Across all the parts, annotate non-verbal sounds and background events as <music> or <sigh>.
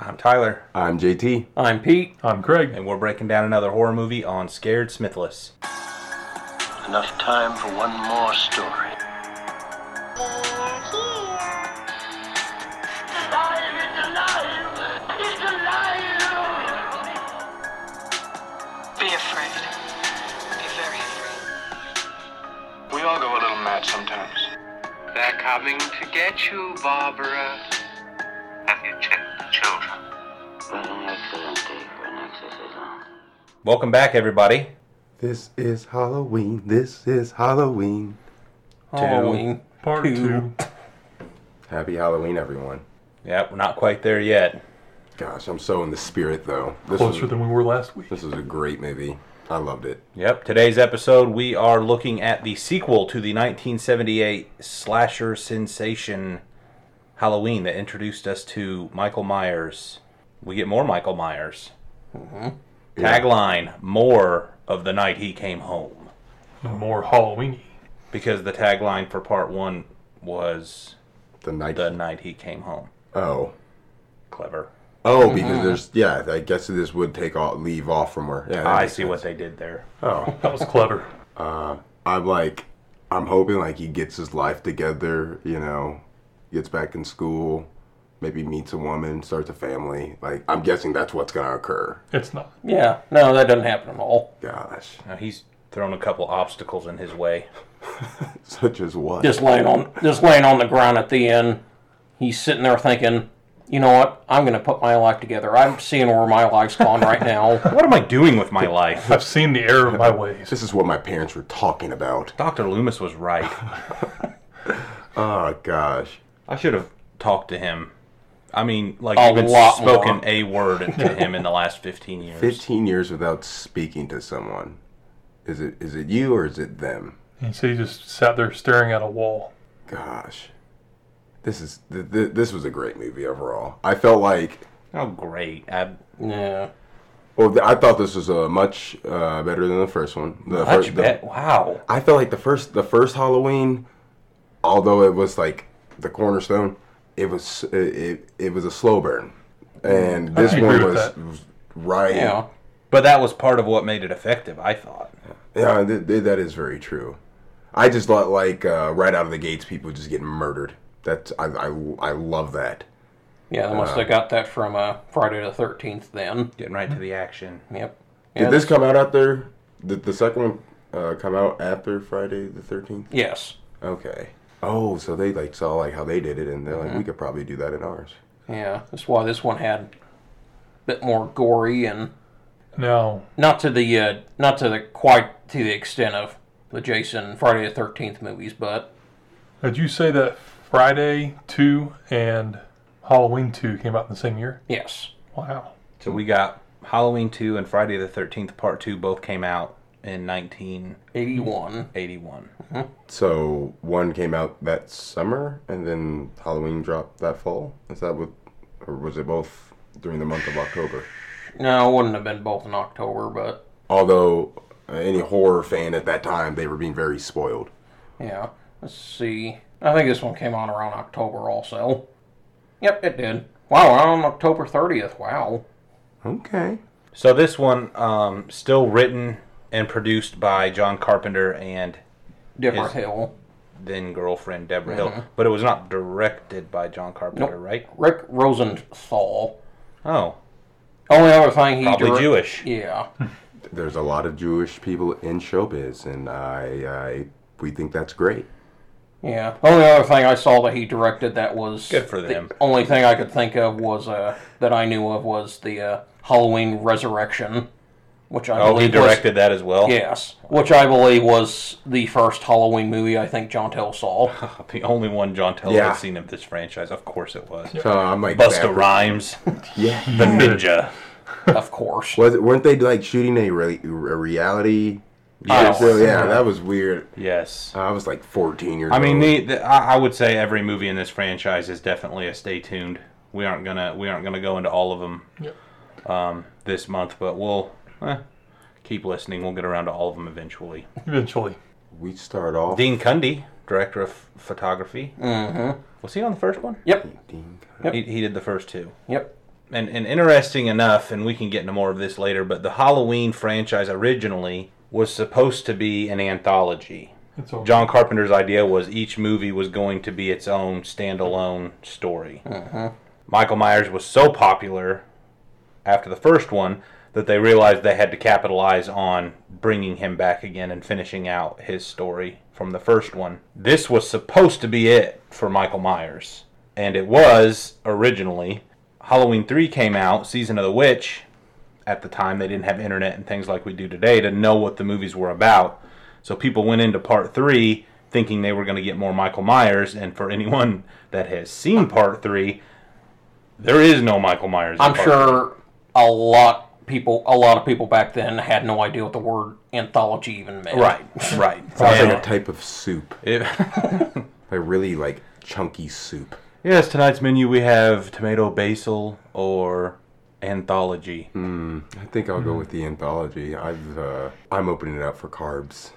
I'm Tyler. I'm JT. I'm Pete. I'm Craig. And we're breaking down another horror movie on Scared Smithless. Enough time for one more story. Be afraid. Be very afraid. We all go a little mad sometimes. They're coming to get you, Barbara. Have you checked the children? An excellent day for an exorcism. Welcome back, everybody. This is Halloween. This is Halloween. Halloween. Part Two. two. Happy Halloween, everyone. Yep, we're not quite there yet. Gosh, I'm so in the spirit though. This Closer was, than we were last week. this was a great movie. I loved it. Yep, today's episode we are looking at the sequel to the 1978 slasher sensation Halloween that introduced us to Michael Myers. We get more Michael Myers. Mm-hmm. Tagline More of the night he came home. More Halloweeny. Because the tagline for part one was The night. The night he came home. oh. Clever. Oh, because there's yeah. I guess this would take off, leave off from where. Yeah, that I makes see sense. what they did there. Oh, That was clever. I'm like, I'm hoping like he gets his life together. You know, gets back in school, maybe meets a woman, starts a family. Like I'm guessing that's what's gonna occur. It's not. Yeah, no, that doesn't happen at all. Gosh, <laughs> Now he's thrown a couple obstacles in his way. such as what? Just laying on, just laying on the ground at the end. He's sitting there thinking, you know what? I'm going to put my life together. I'm seeing where my life's gone right now. What am I doing with my life? <laughs> <laughs> I've seen the error of my ways. This is what my parents were talking about. Dr. Loomis was right. Oh gosh. I should have talked to him. I mean, like, A even lot spoken more. a word <laughs> to him in the last 15 years. 15 years without speaking to someone. Is it is it you or is it them? And so he just sat there staring at a wall. Gosh. This is th- th- this was a great movie overall. I felt like Oh, great. I, yeah, well th- I thought this was a much uh, better than the first one. The much fir- the- bet. Wow. I felt like the first the first Halloween although it was like the cornerstone, it was it it, it was a slow burn. And this agree one with was, that. was right Yeah, but that was part of what made it effective, I thought. Yeah, th- th- that is very true. I just thought, like, uh, right out of the gates, people just get murdered. That's I, I, I love that. yeah. They must have got that from uh, Friday the Thirteenth. Then. Getting right to the action. Yep. Did Yeah, this come out after? Did the second one uh, come out after Friday the Thirteenth? Yes. Okay. Oh, so they like saw like how they did it, and they're like, we could probably do that in ours. Yeah, that's why this one had a bit more gory and Now, not to the uh, not to the quite to the extent of the Jason Friday the Thirteenth movies, but did you say that Friday 2 and Halloween 2 came out in the same year? yes, Wow. So we got Halloween 2 and Friday the 13th Part 2 both came out in 1981. eighty-one. So one came out that summer, and then Halloween dropped that fall. Is that what, or was it both during the month of October? No, it wouldn't have been both in October, but Although uh, any horror fan at that time, they were being very spoiled. yeah. Let's see. I think this one came out around October also. Yep, it did. Wow, around October thirtieth. Wow. Okay. So this one, um, still written and produced by John Carpenter and Deborah Is- Hill. then girlfriend Deborah Hill, but it was not directed by John Carpenter, Uh-huh. Nope. right? Rick Rosenthal. Oh, Only other thing he probably direct- Jewish. Yeah. There's a lot of Jewish people in showbiz, and I, I we think that's great. Yeah. Only other thing I saw that he directed that was Good for them. The only thing I could think of was uh, that I knew of was the uh, Halloween Resurrection, which I Oh, he believe directed that as well. Was, yes, which I believe was the first Halloween movie I think John <laughs> Tell saw. The only one John Tell Yeah. had seen of this franchise. Of course it was. So I'm like, Busta that- <laughs> Rhymes, Yeah. <laughs> the ninja. of course. Was it, weren't they like shooting a, re- a reality? Yes. show? yeah, that was weird. Yes. I was like 14 years. I mean, old. the, the, I I would say every movie in this franchise is definitely a stay tuned. We aren't gonna we aren't gonna go into all of them Yep. um, this month, but we'll eh, keep listening. We'll get around to all of them eventually. Eventually. we start off. Dean Cundy, director of photography, Mm-hmm. was he on the first one? Yep. Ding. Yep. He, he did the first two. Yep. and, and interesting enough, and we can get into more of this later, but the Halloween franchise originally was supposed to be an anthology. It's all John Carpenter's idea was each movie was going to be its own standalone story. Michael Myers was so popular after the first one that they realized they had to capitalize on bringing him back again and finishing out his story from the first one. This was supposed to be it for Michael Myers, and it was originally. Halloween 3 came out, Season of the Witch. At the time, they didn't have internet and things like we do today to know what the movies were about. So people went into part three thinking they were going to get more Michael Myers, and for anyone that has seen part three, there is no Michael Myers. in I'm part three. sure a lot people, a lot of people back then had no idea what the word anthology even meant. Right, right. <laughs> Sounds And like a type of soup, it- <laughs> like really like chunky soup. yes, tonight's menu we have tomato basil or anthology. I think I'll go with the anthology. I've uh, I'm opening it up for carbs.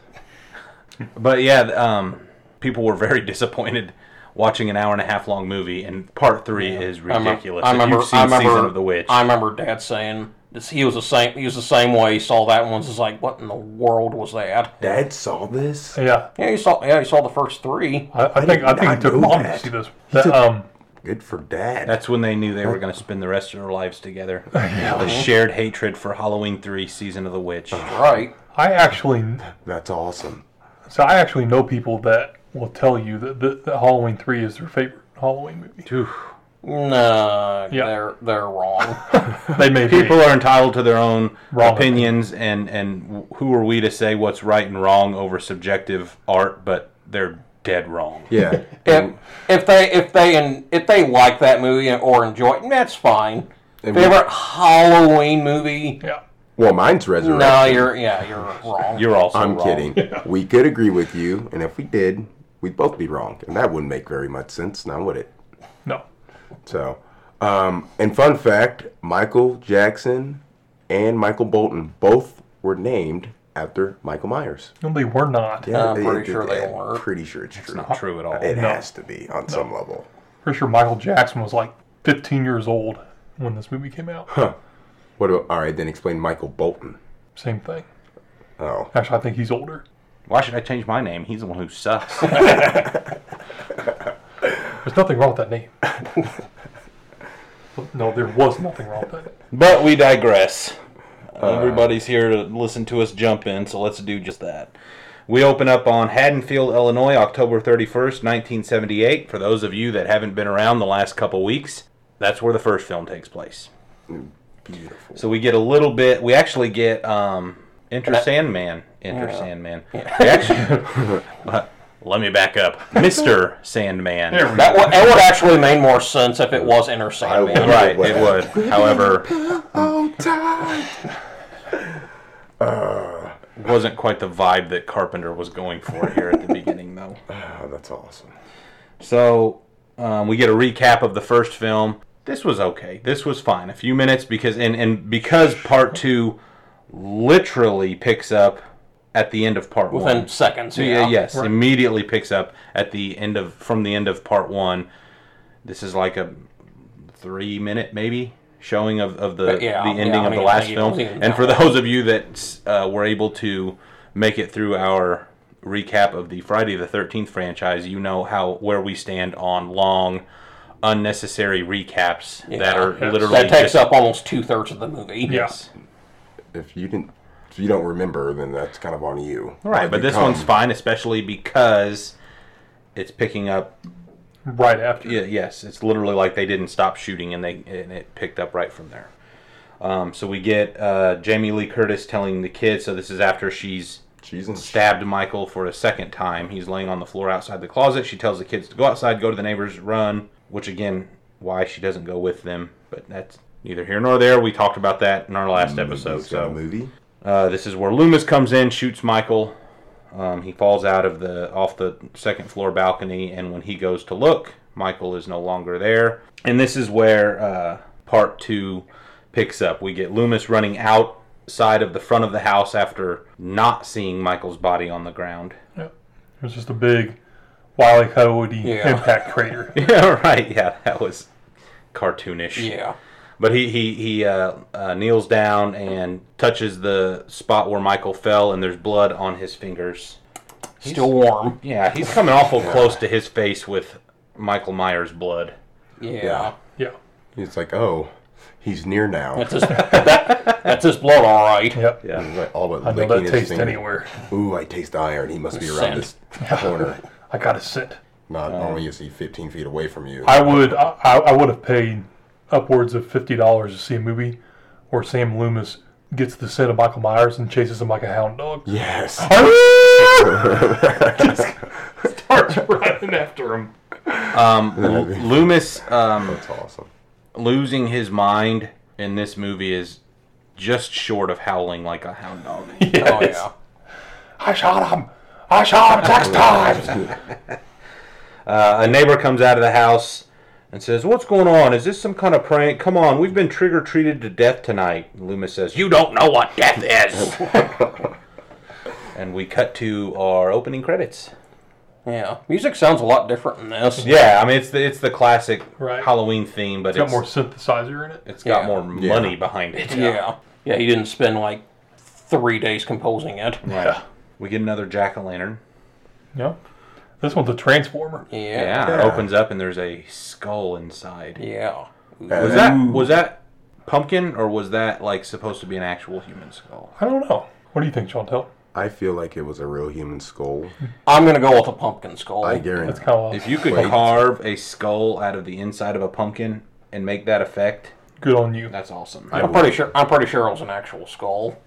But yeah, th- um, people were very <laughs> disappointed watching an hour and a half long movie, and part three is I remem- ridiculous. I If remember, you've seen I remember, Season of the Witch. I remember Dad saying this, he was the same. He was the same way. He saw that one. Was just like, what in the world was that? Dad saw this. Yeah, Yeah, he saw. Yeah, he saw the first three. I, I think I think I it took know mom to that. see this. He took- That, um, Good for Dad. That's when they knew they were going to spend the rest of their lives together. <laughs> The shared hatred for Halloween 3 Season of the Witch. Right. I actually That's awesome. so I actually know people that will tell you that, that, that Halloween three is their favorite Halloween movie. Nah, Yeah. they're they're wrong. <laughs> They may be. People are entitled to their own Wrong. opinions, and, and who are we to say what's right and wrong over subjective art, but they're dead wrong. Yeah. <laughs> if, And- if they if they and if they like that movie or enjoy it, that's fine. And we- Favorite Halloween movie? yeah, well, mine's resurrection. No, you're yeah, you're <laughs> wrong. You're also I'm wrong. kidding. We could agree with you, and if we did, we'd both be wrong, and that wouldn't make very much sense, now would it? no, So, um, and fun fact: Michael Jackson and Michael Bolton both were named after Michael Myers. no, they were not. Yeah, I'm pretty sure they I'm were. Pretty sure it's true. It's not true at all. It No. has to be on some level. Pretty sure Michael Jackson was like 15 years old when this movie came out. What? About, all right, then explain Michael Bolton. Same thing. Oh, Actually, I think he's older. Why should I change my name? He's the one who sucks. <laughs> There's nothing wrong with that name. no, there was nothing wrong with that. but we digress. Everybody's here to listen to us jump in, so let's do just that. We open up on Haddonfield, Illinois, October 31st, 1978. For those of you that haven't been around the last couple weeks, that's where the first film takes place. beautiful. So we get a little bit. We actually get um, Enter Sandman. Enter Sandman. We actually- <laughs> let me back up, Mister Sandman. That would, that would actually made more sense if it was Inner Sandman. would. Right, it would. However, Oh, time. wasn't quite the vibe that Carpenter was going for here at the beginning, though. Oh, that's awesome. So um, we get a recap of the first film. This was okay. This was fine. A few minutes because and and because part two literally picks up at the end of part one. Within seconds. Yeah, Yeah. yes, immediately picks up at the end of from the end of part one. This is like a three minute maybe showing of, of the But yeah, the yeah, ending I of mean, the I last think it film. was even And that for those of you that uh, were able to make it through our recap of the Friday the Thirteenth franchise, you know how where we stand on long, unnecessary recaps that are that's- literally That takes just- up almost two thirds of the movie. Yes. If you didn't, if you don't remember, then that's kind of on you. Right, but this Become- one's fine, especially because it's picking up Right after. Yeah, yes, it's literally like they didn't stop shooting and they and it picked up right from there. Um, so we get uh, Jamie Lee Curtis telling the kid. So this is after she's She's in stabbed Michael for a second time. He's laying on the floor outside the closet. She tells the kids to go outside, go to the neighbors, run. Which again, why she doesn't go with them, but that's neither here nor there. We talked about that in our last episode. He's Mm, got a So movie. uh, this is where Loomis comes in, shoots Michael. Um, he falls out of the off the second floor balcony, and when he goes to look, Michael is no longer there. And this is where uh, part two picks up. We get Loomis running outside of the front of the house after not seeing Michael's body on the ground. <laughs> Yeah. It was just a big Wiley Coyote Yeah. impact crater. Yeah, right. Yeah, that was cartoonish. Yeah. But he he he uh, uh, kneels down and touches the spot where Michael fell, and there's blood on his fingers. Still warm. Yeah, he's coming awful close to his face with Michael Myers' blood. Yeah. Yeah. It's like, oh, he's near now. That's his, that- that's his blood, all right. Yep. Yeah. He's like, all but I know licking that his taste finger. anywhere. Ooh, I taste iron. He must be around Scent. <laughs> this corner. I got a scent. Not only is he 15 feet away from you. I would I, I I would have paid upwards of fifty dollars to see a movie where Sam Loomis gets the scent of Michael Myers and chases him like a hound dog. <laughs> <laughs> yes. Starts running after him. <laughs> L- Loomis um, That's awesome. losing his mind in this movie is just short of howling like a hound <laughs> dog. Oh, yeah. I shot him. I shot him six times. Uh, a neighbor comes out of the house and says, "What's going on? Is this some kind of prank? Come on, we've been trigger treated to death tonight." Loomis says, "You don't know what death is." and we cut to our opening credits. Yeah. Music sounds a lot different in this. Yeah, I mean it's the it's the classic Right. Halloween theme, but Got it's more synthesizer in it. it's got Yeah. more Yeah. money behind it. Yeah. Yeah, he didn't spend like three days composing it. Right. We get another jack o' lantern. Yeah. This one's a transformer. Yeah. Yeah, It Yeah. opens up and there's a skull inside. Yeah. Was that was that pumpkin or was that like supposed to be an actual human skull? I don't know. What do you think, Chantel? I feel like it was a real human skull. I'm going to go with a pumpkin skull. I That's guarantee. kind of If you could Wait. carve a skull out of the inside of a pumpkin and make that effect, good on you. that's awesome. I'm pretty sure. I'm pretty sure it was an actual skull,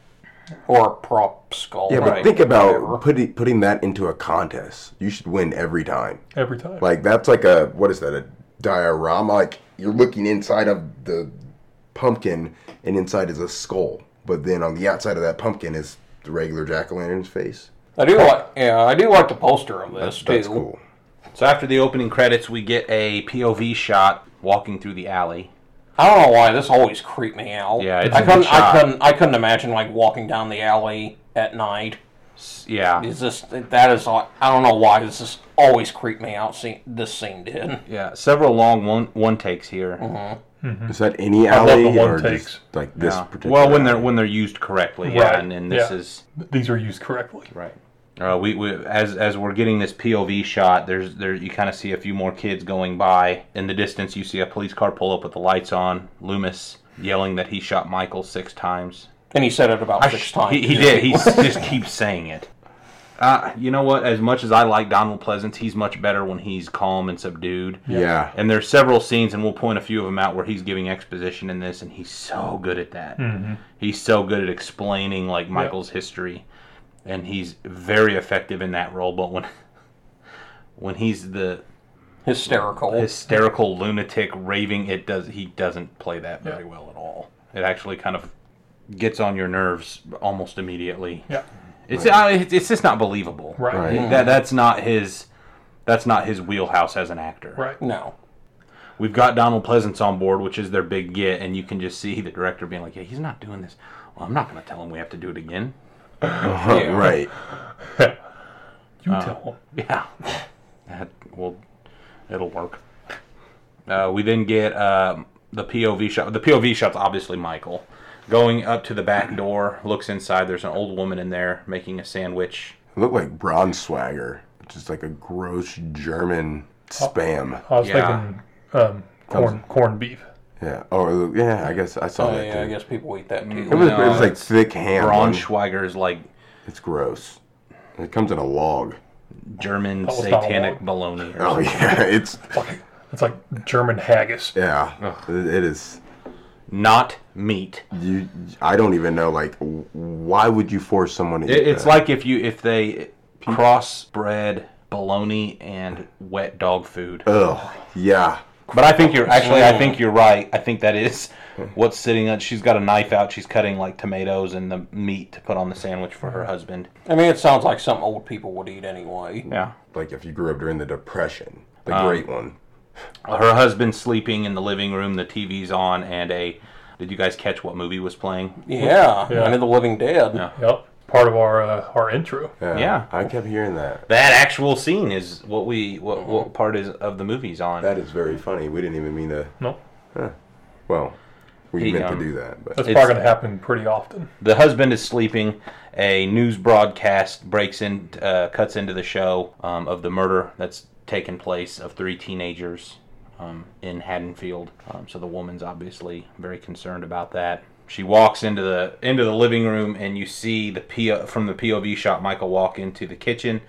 or a prop skull. Yeah, but Right. think Whatever. about putting putting that into a contest. You should win every time. Every time. Like that's like a what is that a diorama? Like you're looking inside of the pumpkin, and inside is a skull. But then on the outside of that pumpkin is the regular jack o' lantern's face. I do like. Yeah, I do like the poster of this too. That's cool. So after the opening credits, we get a POV shot walking through the alley. I don't know why this always creeped me out. Yeah, it's I a good couldn't. shot. I couldn't. I couldn't imagine like walking down the alley at night. S- Yeah, It's just that is. all- I don't know why this just always creeped me out. See, this scene did. yeah. Several long one one takes here. Is that any Mm-hmm. love alley the one or takes. just like Uh-huh. this Yeah. particular? Uh, Well, when they're alley? when they're used correctly, yeah. Right, And, and this yeah. is These are used correctly. right. Uh, we, we as as we're getting this POV shot, there's there you kind of see a few more kids going by in the distance. You see a police car pull up with the lights on. Loomis yelling that he shot Michael six times. And he said it about I six sh- times. He, he did. He s- just keeps saying it. Uh, you know what? As much as I like Donald Pleasance, he's much better when he's calm and subdued. yeah, And there's several scenes, and we'll point a few of them out where he's giving exposition in this, and he's so good at that. Mm-hmm. He's so good at explaining like Michael's history, and he's very effective in that role. But when <laughs> when he's the <laughs> Hysterical. hysterical lunatic raving, it does he doesn't play that very well at all. It actually kind of gets on your nerves almost immediately. Yeah. It's uh, it's- it's just not believable. Right. Right. That that's not his that's not his wheelhouse as an actor. Right. no. We've got Donald Pleasance on board, which is their big get, and you can just see the director being like, "Yeah, he's not doing this. Well, I'm not going to tell him we have to do it again." Mm. Yeah. <laughs> right. You Uh, tell them. Yeah, <laughs> that will it'll work. Uh, we then get um, the POV shot. The POV shot's obviously Michael going up to the back door. Looks inside. There's an old woman in there making a sandwich. It looked like Braunschweiger, which is like a gross German Oh. spam. I was Yeah. thinking um, corn corned beef. Yeah. Oh, yeah. I guess I saw Oh, that yeah, too. I guess people eat that too. It was, No, it was like it's thick ham. Braunschweiger's like It's gross. It comes in a log. German was not satanic a baloney. Or <laughs> Oh yeah, it's Fucking- It's like German haggis. yeah. It, it is. not meat. You. I don't even know. Like, why would you force someone to eat It, it's that? like if you if they crossbred bologna and wet dog food. Ugh. Yeah. But I think you're actually. I think you're right. I think that is what's sitting. on She's got a knife out. She's cutting like tomatoes and the meat to put on the sandwich for her husband. I mean, it sounds like something old people would eat anyway. Yeah. Like if you grew up during the depression, the Uh, great one. Her husband's sleeping in the living room. The TV's on, and a. Did you guys catch what movie was playing? Yeah, Yeah. Night of the Living Dead. Uh, Yep. Part of our uh, our intro. Yeah. I kept hearing that. That actual scene is what we what what part is of the movie's on. That is very funny. We didn't even mean to. No. Well, We He, meant um, to do that, but That's It's- probably going to happen pretty often. the husband is sleeping. A news broadcast breaks in, uh, cuts into the show um, of the murder that's taken place of three teenagers um, in Haddonfield. Um, so the woman's obviously very concerned about that. She walks into the into the living room, and you see the PO, from the POV shot Michael walk into the kitchen.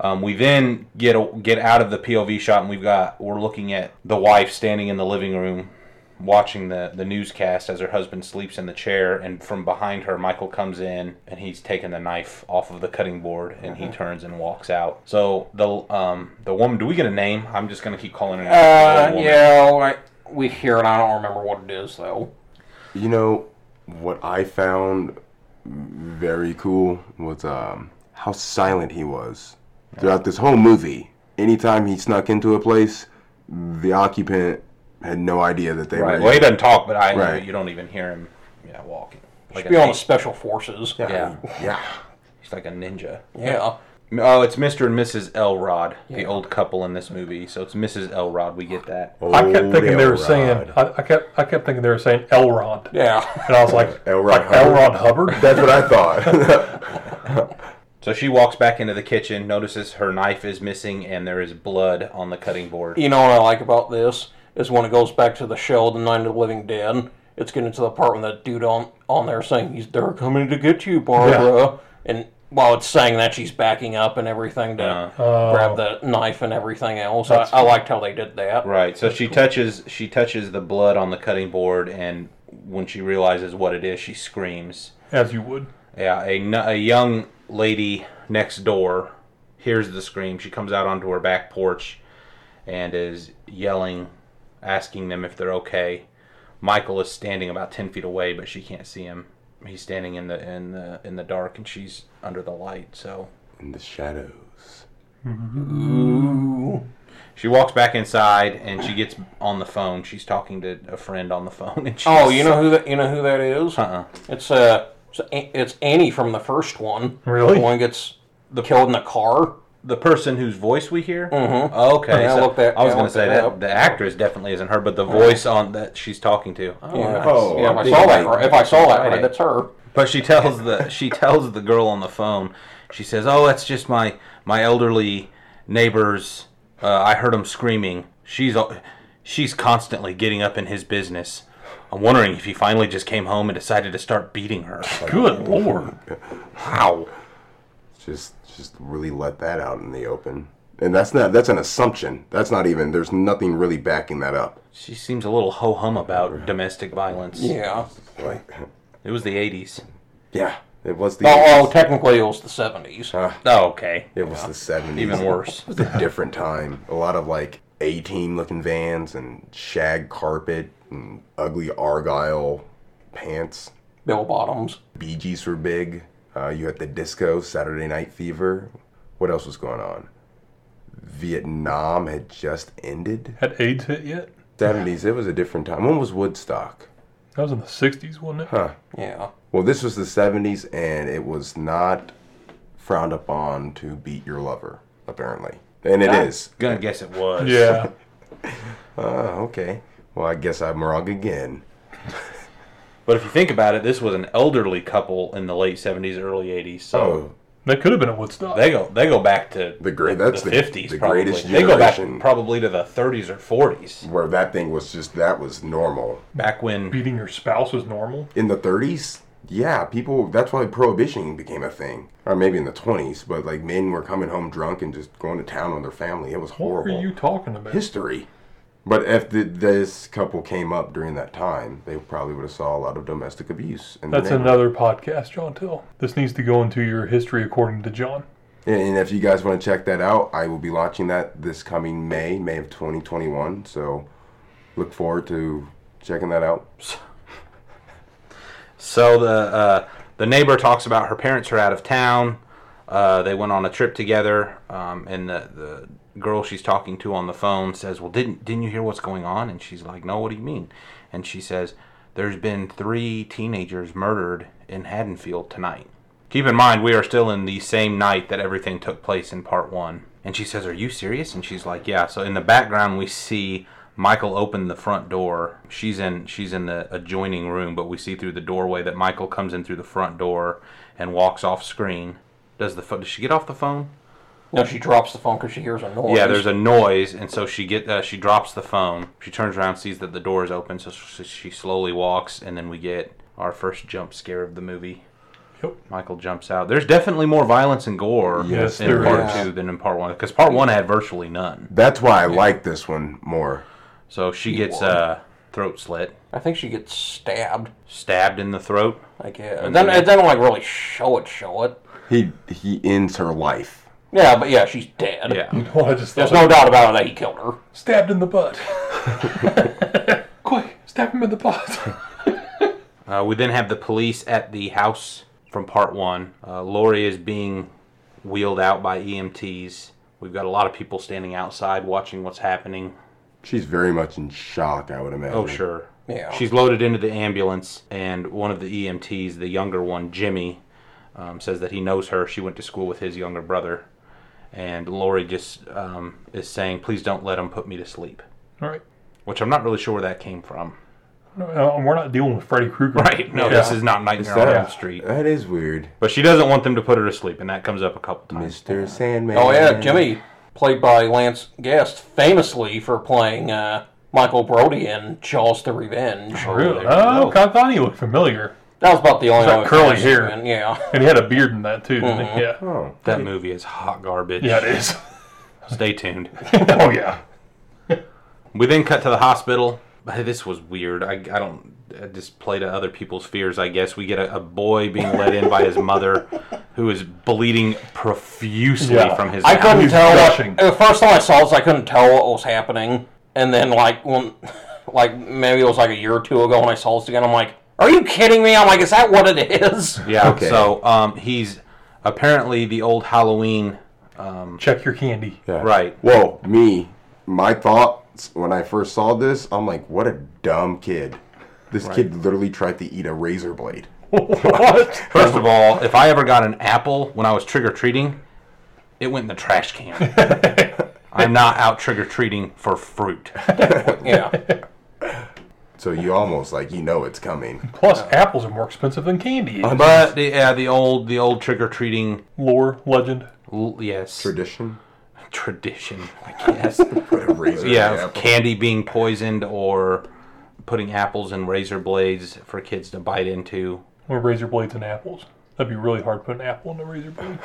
Um, we then get a, get out of the POV shot, and we've got we're looking at the wife standing in the living room watching the, the newscast as her husband sleeps in the chair and from behind her michael comes in and he's taken the knife off of the cutting board and he turns and walks out so the um the woman do we get a name i'm just gonna keep calling her Uh, the woman. yeah, like, we hear it. I don't remember what it is though. You know what I found very cool was um, how silent he was throughout this whole movie. Anytime he snuck into a place, the occupant had no idea that they right were. well he doesn't talk but i Right. you don't even hear him yeah walking like Be a, on nin- the special forces. Yeah. yeah yeah, he's like a ninja Yeah. oh it's mr and mrs elrod the old couple in this movie so it's mrs elrod we get that I kept thinking they were Elrod. saying. I, I kept. I kept thinking they were saying Elrod, and I was like, Elrod like Hubbard. Elrod Hubbard. That's what I thought. So she walks back into the kitchen, notices her knife is missing, and there is blood on the cutting board. You know what I like about this is when it goes back to the show, The Night of the Living Dead. It's getting to the part when that dude on on there saying he's they're coming to get you, Barbara, and while it's saying that she's backing up and everything to grab the knife and everything else. I, I liked how they did that. Right. So she touches she touches the blood on the cutting board, and when she realizes what it is, she screams. <laughs> As you would. Yeah, a, nu- a young lady next door hears the scream. She comes out onto her back porch and is yelling, asking them if they're okay. Michael is standing about ten feet away, but she can't see him. He's standing in the in the in the dark, and she's under the light. So In the shadows. She walks back inside and she gets on the phone. She's talking to a friend on the phone. And she's, Oh, you know who that you know who that is? Uh-uh. It's uh, it's, A- it's Annie from the first one. Really? The one gets killed in the car. the person whose voice we hear. Mm-hmm. Okay, Yeah, I so looked that- I was going I to looked say that that up. the actress definitely isn't her, but the voice on that she's talking to. Oh, nice. Oh, yeah, if I I think saw that like- right, if I saw that Right. right, that's her. But she tells the she tells the girl on the phone. She says, "Oh, that's just my my elderly neighbors. Uh, I heard them screaming. She's al- she's constantly getting up in his business. I'm wondering if he finally just came home and decided to start beating her. <laughs> Good lord. How? Just, just really let that out in the open. And that's not. That's an assumption. That's not even. There's nothing really backing that up. She seems a little ho hum about domestic violence. Yeah. Like, <laughs> It was the 80s. yeah, it was the. Oh, oh technically it was the seventies. Oh, okay. It was the 70s. Even worse. It was a different time. A lot of like 18 looking vans and shag carpet and ugly argyle pants. Bill Bottoms. Bee Gees were big. Uh, you had the disco, Saturday Night Fever. What else was going on? Vietnam had just ended. Had AIDS hit yet? 70s, it was a different time. When was Woodstock? That was in the '60s, wasn't it? Yeah. Well, this was the 70s, and it was not frowned upon to beat your lover, apparently. And it is. Gonna guess it was. <laughs> Yeah. Oh, okay. Well, I guess I'm wrong again. But if you think about it, this was an elderly couple in the late 70s, early 80s. So Oh, That could have been at Woodstock. they go they go back to the great. That's the, the 50s the probably. greatest they go back generation probably to the 30s or 40s. where that thing was just that was normal Back when Beating your spouse was normal. in the 30s. Yeah, people. That's why prohibition became a thing, or maybe in the 20s. But like men were coming home drunk and just going to town on their family. It was What horrible are you talking about? history. But if the, this couple came up during that time, they probably would have saw a lot of domestic abuse. In That's the neighborhood. another podcast, John Till. This needs to go into your history according to John. <laughs> And and if you guys want to check that out, I will be launching that this coming May, May of 2021. So look forward to checking that out. so the uh, the neighbor talks about her parents are out of town. Uh, they went on a trip together, um, and the, the girl she's talking to on the phone says, "Well, didn't didn't you hear what's going on?" And she's like, "No, what do you mean?" And she says, "There's been three teenagers murdered in Haddonfield tonight." Keep in mind, we are still in the same night that everything took place in part one. And she says, Are you serious? And she's like, Yeah. So in the background, we see Michael opened the front door. She's in she's in the adjoining room, but we see through the doorway that Michael comes in through the front door and walks off screen. Does the pho- does she get off the phone? No, she drops the phone because she hears a noise. Yeah, there's a noise, and so she get uh, she drops the phone. She turns around, sees that the door is open, so s- she slowly walks, and then we get our first jump scare of the movie. Yep. Michael jumps out. There's definitely more violence and gore Yes, in there part is. two than in part one, because part one had virtually none. That's why I like this one more. So she gets uh, throat slit, I think she gets stabbed. stabbed in the throat. Like, yeah. Then it doesn't like really show it. Show it. He he ends her life. Yeah, but yeah, she's dead. Yeah, Well, I just There's thought no doubt about it that he killed her. stabbed in the butt. <laughs> Quick, stab him in the butt. <laughs> Uh, we then have the police at the house from part one. Uh, Lori is being wheeled out by EMTs. We've got a lot of people standing outside watching what's happening. She's very much in shock, I would imagine. Oh, sure. Yeah. She's loaded into the ambulance, and one of the EMTs, the younger one, Jimmy, um, says that he knows her. She went to school with his younger brother. And Lori just um, is saying, please don't let him put me to sleep, All right. which I'm not really sure where that came from. <laughs> No, no, we're not dealing with Freddy Krueger. Right? No, this Yeah. is not Nightmare on that- Elm Street. That is weird. But she doesn't want them to put her to sleep, and that comes up a couple times. Mr. Sandman. Oh yeah, Jimmy, played by Lance Guest, famously for playing uh, Michael Brody in Jaws: The Revenge. Really? Oh, okay, I thought he looked familiar. That was about the only got one. curly I've hair. seen, Yeah. And he had a beard in that, too, Mm-hmm. didn't he? Yeah. Oh. That movie is hot garbage. Yeah, it is. <laughs> Stay tuned. oh, yeah. We then cut to the hospital. This was weird. I, I don't I just play to other people's fears, I guess. We get a, a boy being let in by his mother who is bleeding profusely Yeah. from his I mouth. couldn't He's tell. gushing. What, the first time I saw this, I couldn't tell what was happening. And then, like, when, <laughs> like maybe it was like a year or two ago when I saw this again, I'm like, "Are you kidding me?" I'm like, "Is that what it is?" Yeah, Okay. so um, he's apparently the old Halloween. Check your candy. Yeah. Right. Well, me, my thoughts when I first saw this, I'm like, what a dumb kid. This kid literally tried to eat a razor blade. <laughs> what? First of all, if I ever got an apple when I was trick or treating, it went in the trash can. I'm not out trick or treating for fruit. Yeah. So you almost like you know it's coming. Plus, apples are more expensive than candy. But the, yeah, the old the old trick or treating, Lore, legend. yes, Tradition. tradition, I guess. Put a razor. in yeah, the of apple. candy being poisoned or putting apples and razor blades for kids to bite into. Or razor blades and apples. That'd be really hard to put an apple in a <laughs> razor blade.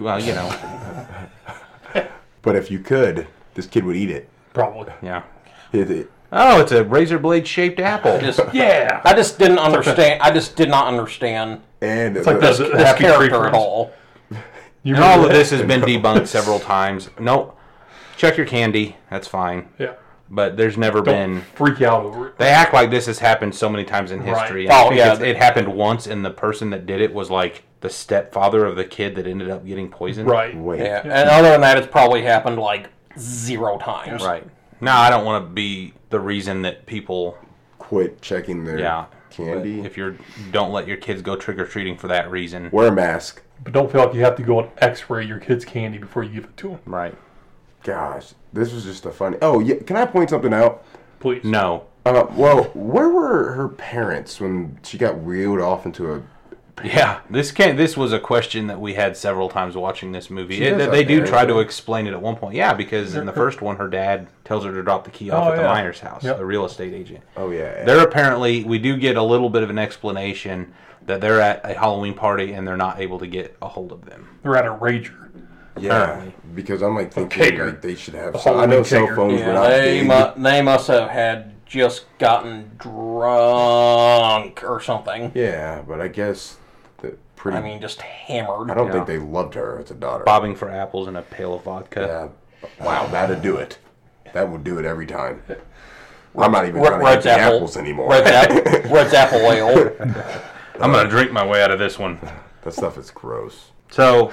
Well, you know, But if you could, this kid would eat it. Probably. yeah. It- it- Oh, it's a razor blade shaped apple. Just, Yeah. <laughs> I just didn't understand. I just did not understand and like the- those- this Happy Tree character at Friends. all. You and all of <laughs> remember this has been debunked several times. No, check your candy. That's fine. that? Yeah. But there's never Don't been. freak out over it. They act like this has happened so many times in history. and Oh, I think yeah. it's- It happened once, and the person that did it was like the stepfather of the kid that ended up getting poisoned. <laughs> Right. wait. Yeah, and other than that, it's probably happened like zero times. Right. No, I don't want to be the reason that people Quit checking their Yeah. candy. if you don't let your kids go trick or treating for that reason. Wear a mask. But don't feel like you have to go and x ray your kid's candy before you give it to them. Right. Gosh, this was just a funny. Oh yeah, can I point something out? Please. No. Uh, well, where were her parents when she got wheeled off into a? Yeah. This can this was a question that we had several times watching this movie. She It- does they that do there, try to yeah. explain it at one point. Yeah, because in the first one her dad tells her to drop the key off Oh, at the yeah. Myers house, Yep. the real estate agent. Oh yeah. They're apparently we do get a little bit of an explanation that they're at a Halloween party and they're not able to get a hold of them. They're at a rager. Yeah, uh, because I'm like thinking Kicker. like they should have. The Some, I know Halloween cell kicker. phones were Yeah, not they, big. mu- they must have had just gotten drunk or something. yeah, but I guess the pretty. I I, mean, just hammered. don't yeah. think they loved her as a daughter. Bobbing for apples and a pail of vodka. Yeah, wow, that'd do it. That would do it every time. I'm not even Red, trying to get Red's the apple. apples anymore. <laughs> Red's, apple, Red's apple ale. I'm gonna drink my way out of this one. That stuff is gross, So,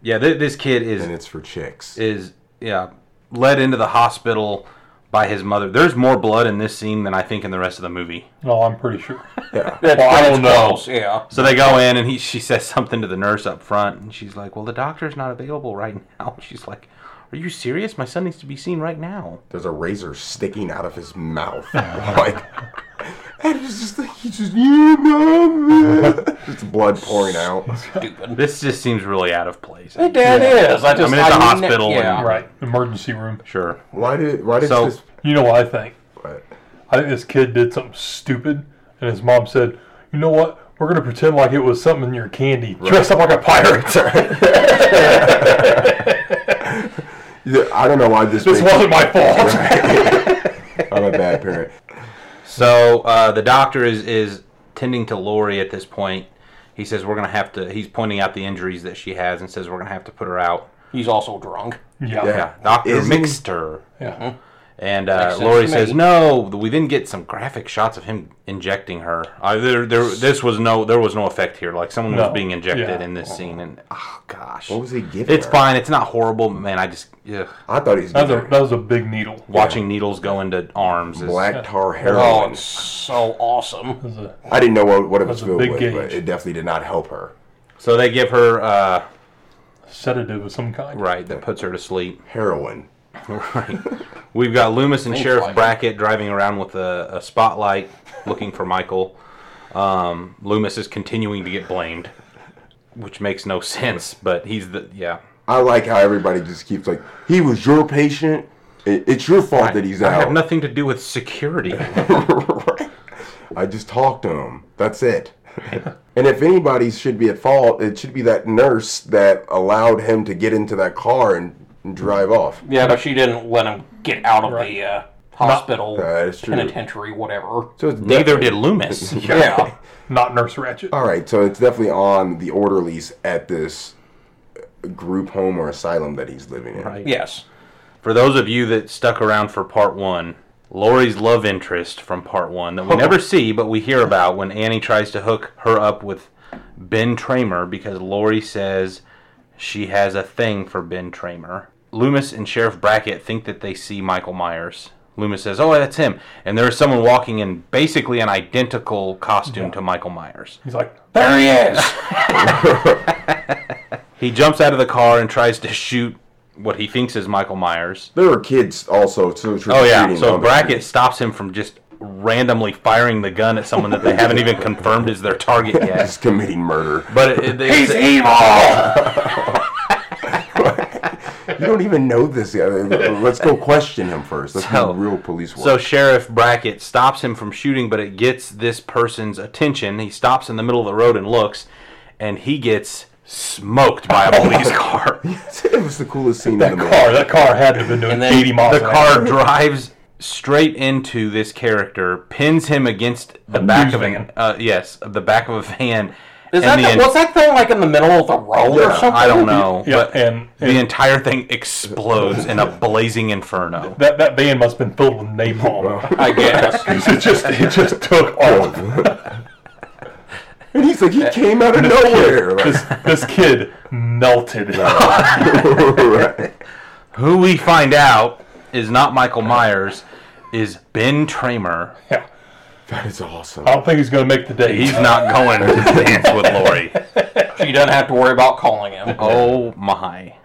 yeah, th- this kid is and it's for chicks. is yeah led into the hospital by his mother. There's more blood in this scene than I think in the rest of the movie. No, Oh, I'm pretty sure. <laughs> That's Well, I that's don't know. close, Yeah. So they go in and he she says something to the nurse up front and she's like, "Well, the doctor's not available right now." <laughs> She's like, Are you serious? My son needs to be seen right now. There's a razor sticking out of his <laughs> mouth. like, and it's just like, he's just, you know, <laughs> man." just blood pouring out. Stupid. This just seems really out of place. It did is. I just mean, it's a a hospital yeah. and- Right. Emergency room. Sure. Why did, why did So- this. You know what I think? What? <laughs> I think this kid did something stupid, and his mom said, "You know what? We're gonna pretend like it was something in your candy. Dress up like a pirate." <laughs> Yeah, I don't know why this. this makes- wasn't my fault. I'm a bad parent. So uh, the doctor is is tending to Lori at this point. He says we're gonna have to. He's pointing out the injuries that she has and says we're gonna have to put her out. He's also drunk. <laughs> yeah. Yeah, doctor Isn't- mixed her. Yeah. And uh, sense Lori to says, me. "No, we then get some graphic shots of him injecting her. Uh, there, there, this was no, there was no effect here. Like someone was No. being injected Yeah. in this scene, and oh gosh, What was he giving? it's her? fine. It's not horrible, but man. I just ugh. I thought he was That was giving a her that was a big needle. watching needles go into arms. Is, black tar Oh, heroin. it's so awesome. That was a- I didn't know what, what it was That's a filled big with, but gauge. it definitely did not help her. So they give her uh, sedative of some kind. right that puts her to sleep. Heroin. Right. We've got Loomis and Sheriff like it. Brackett driving around with a, a spotlight looking for Michael. Um, Loomis is continuing to get blamed, which makes no sense, but he's the yeah. I like how everybody just keeps like, he was your patient. It, it's your fault that he's I out. have nothing to do with security. Right. <laughs> I just talked to him. That's it. and if anybody should be at fault, it should be that nurse that allowed him to get into that car and drive off. Yeah, but she didn't let him get out of Right. the uh, hospital, Yeah, that's true. penitentiary, whatever. So it's Neither definitely- did Loomis. Yeah. Not Nurse Ratchet. All right, so it's definitely on the orderlies at this group home or asylum that he's living in. Right. yes. For those of you that stuck around for part one, Lori's love interest from part one that we never see but we hear about when Annie tries to hook her up with Ben Tramer because Lori says she has a thing for Ben Tramer. Loomis and Sheriff Brackett think that they see Michael Myers. Loomis says, "Oh, that's him," and there is someone walking in basically an identical costume to Michael Myers. He's like, There he is. He jumps out of the car and tries to shoot what he thinks is Michael Myers. There were kids also. So Oh yeah. So Brackett stops him from just randomly firing the gun at someone that they haven't even confirmed is their target <laughs> yet. is committing murder. But it, it, He's it's- evil. <laughs> you don't even know this guy. Let's go question him first. Let's So- do real police work. so Sheriff Brackett stops him from shooting, but it gets this person's attention. He stops in the middle of the road and looks, and he gets smoked by a <laughs> police car. it was the coolest scene that in the movie. car. That car had to have been doing And then 80 miles The <laughs> an hour. car drives straight into this character, pins him against the back of an van. uh, yes, the back of a van. and Is that the the, what's that thing like in the middle of the road or Yeah, something? I don't know. Yeah, but and, the and entire thing explodes in a blazing <laughs> inferno. that, that van must have been filled with <laughs> napalm. I guess. <laughs> it just it just took off. And he's like, he came out <laughs> of nowhere. This this kid melted. Right. Who we find out is not Michael Myers, is Ben Tramer. <laughs> Yeah. That is awesome. I Oh, don't think he's gonna make the day. He's not going to <laughs> dance with Lori. she doesn't have to worry about calling him. Oh my.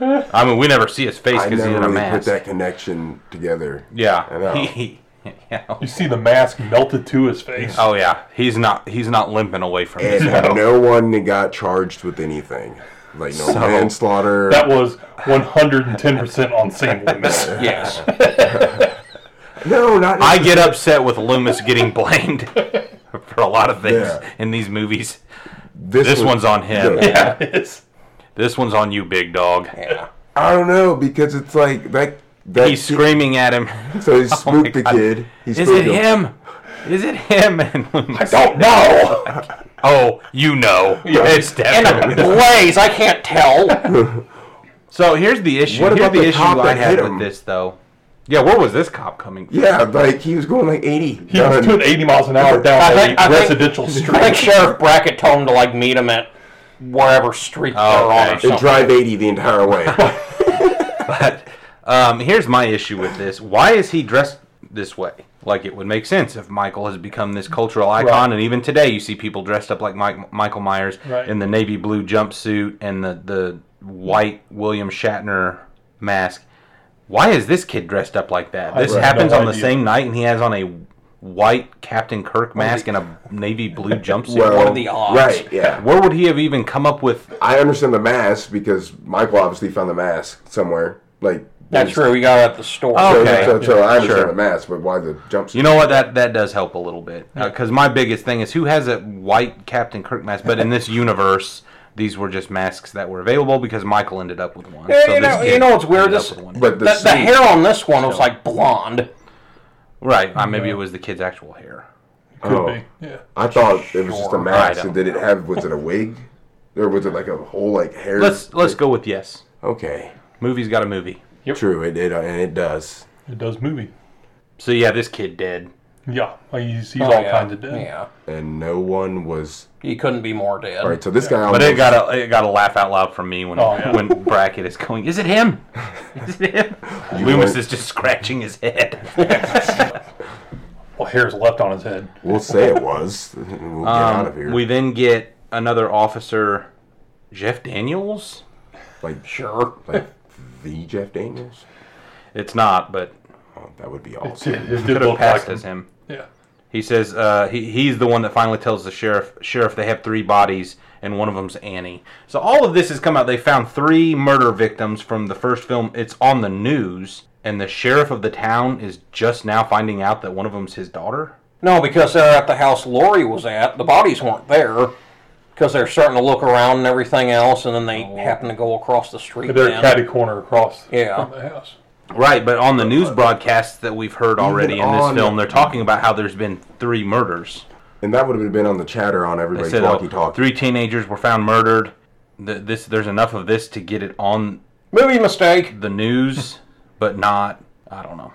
I mean, we never see his face I because he's never in a really put mask. that connection together. I yeah. know. <laughs> He, yeah. you see the mask melted to his face. Oh yeah. He's not. He's not limping away from this. And no. one got charged with anything. Like no manslaughter. That was 110% on Sam Loomis. Yes. no, not I get upset with Loomis getting blamed <laughs> for a lot of things Yeah. in these movies. This one's on him. Yeah. Yeah, it's- This one's on you, big dog. I don't know because it's like that. that He's kid- screaming at him. <laughs> So he spooked the God. kid. He Is it spooked him? Is it him? <laughs> And Loomis, Don't know. oh, you know, it's In a definitely. blaze, I can't tell. <laughs> So here's the issue. What here's about the, the issue cop I that had hit with him? this, though. Yeah, where was this cop coming from? yeah, like he was going like eighty. he was doing 80 miles an hour down I a think- I think- residential I think street. Sheriff Brackett told him to like meet him at wherever street Oh, they're on okay. or It It something. drive eighty the entire way. But um, here's my issue with this. Why is he dressed this way? Like it would make sense if Michael has become this cultural icon, and even today you see people dressed up like Mike, Michael Myers Right. in the navy blue jumpsuit and the the white William Shatner mask. Why is this kid dressed up like that? I This have happens no on the idea. same night, and he has on a white Captain Kirk mask and a navy blue <laughs> jumpsuit. What are the odds? Right, yeah. Where would he have even come up with? I understand the mask because Michael obviously found the mask somewhere. Like That's true. We got it at the store. Oh, So, okay. so, so I understand Sure. the mask, but why the jumpsuit? You know what? That that does help a little bit because my biggest thing is who has a white Captain Kirk mask. But in <laughs> this universe, these were just masks that were available because Michael ended up with one. Yeah, you this know- you kid know what's weird? ended up This- with one. but the, the, the suit- hair on this one was like blonde. right? Uh, maybe it was the kid's actual hair. Could Oh. be. <laughs> Yeah. I thought it was just a Sure, mask. I And did it have? Was it a wig? Or was it like a whole like hair? Let's let's go with yes. Okay. Movie's got a movie. True. It it and it does. It does movie. So yeah, this kid dead. Yeah. Like, he's he's Oh, all yeah. kinds of dead. Yeah. And no one was. He couldn't be more dead. All right. So this guy. But Almost, it got a it got a laugh out loud from me when Oh, yeah. when Brackett is going, is it him? Is it <laughs> him? Loomis won't- is just scratching his head. Well, hair's left on his head. We'll say it was. We'll get out of here. Um, we then get another officer, Jeff Daniels. like Sure. like the Jeff Daniels. It's not, but Oh, that would be It, awesome. it did could look have like passed him. as him. Yeah. He says uh, he, he's the one that finally tells the sheriff, sheriff, they have three bodies, and one of them's Annie. So all of this has come out. They found three murder victims from the first film. It's on the news, and the sheriff of the town is just now finding out that one of them's his daughter. No, because they're at the house Lori was at. The bodies weren't there because they're starting to look around and everything else, and then they happen to go across the street. They're then. catty corner across Yeah. from the house. Right, but on the news broadcasts that we've heard already in this on- film, they're talking about how there's been three murders. And that would have been on the chatter on everybody's They said oh, walkie-talkie. three teenagers were found murdered. Th this there's enough of this to get it on Movie mistake. the news, but not. I don't know.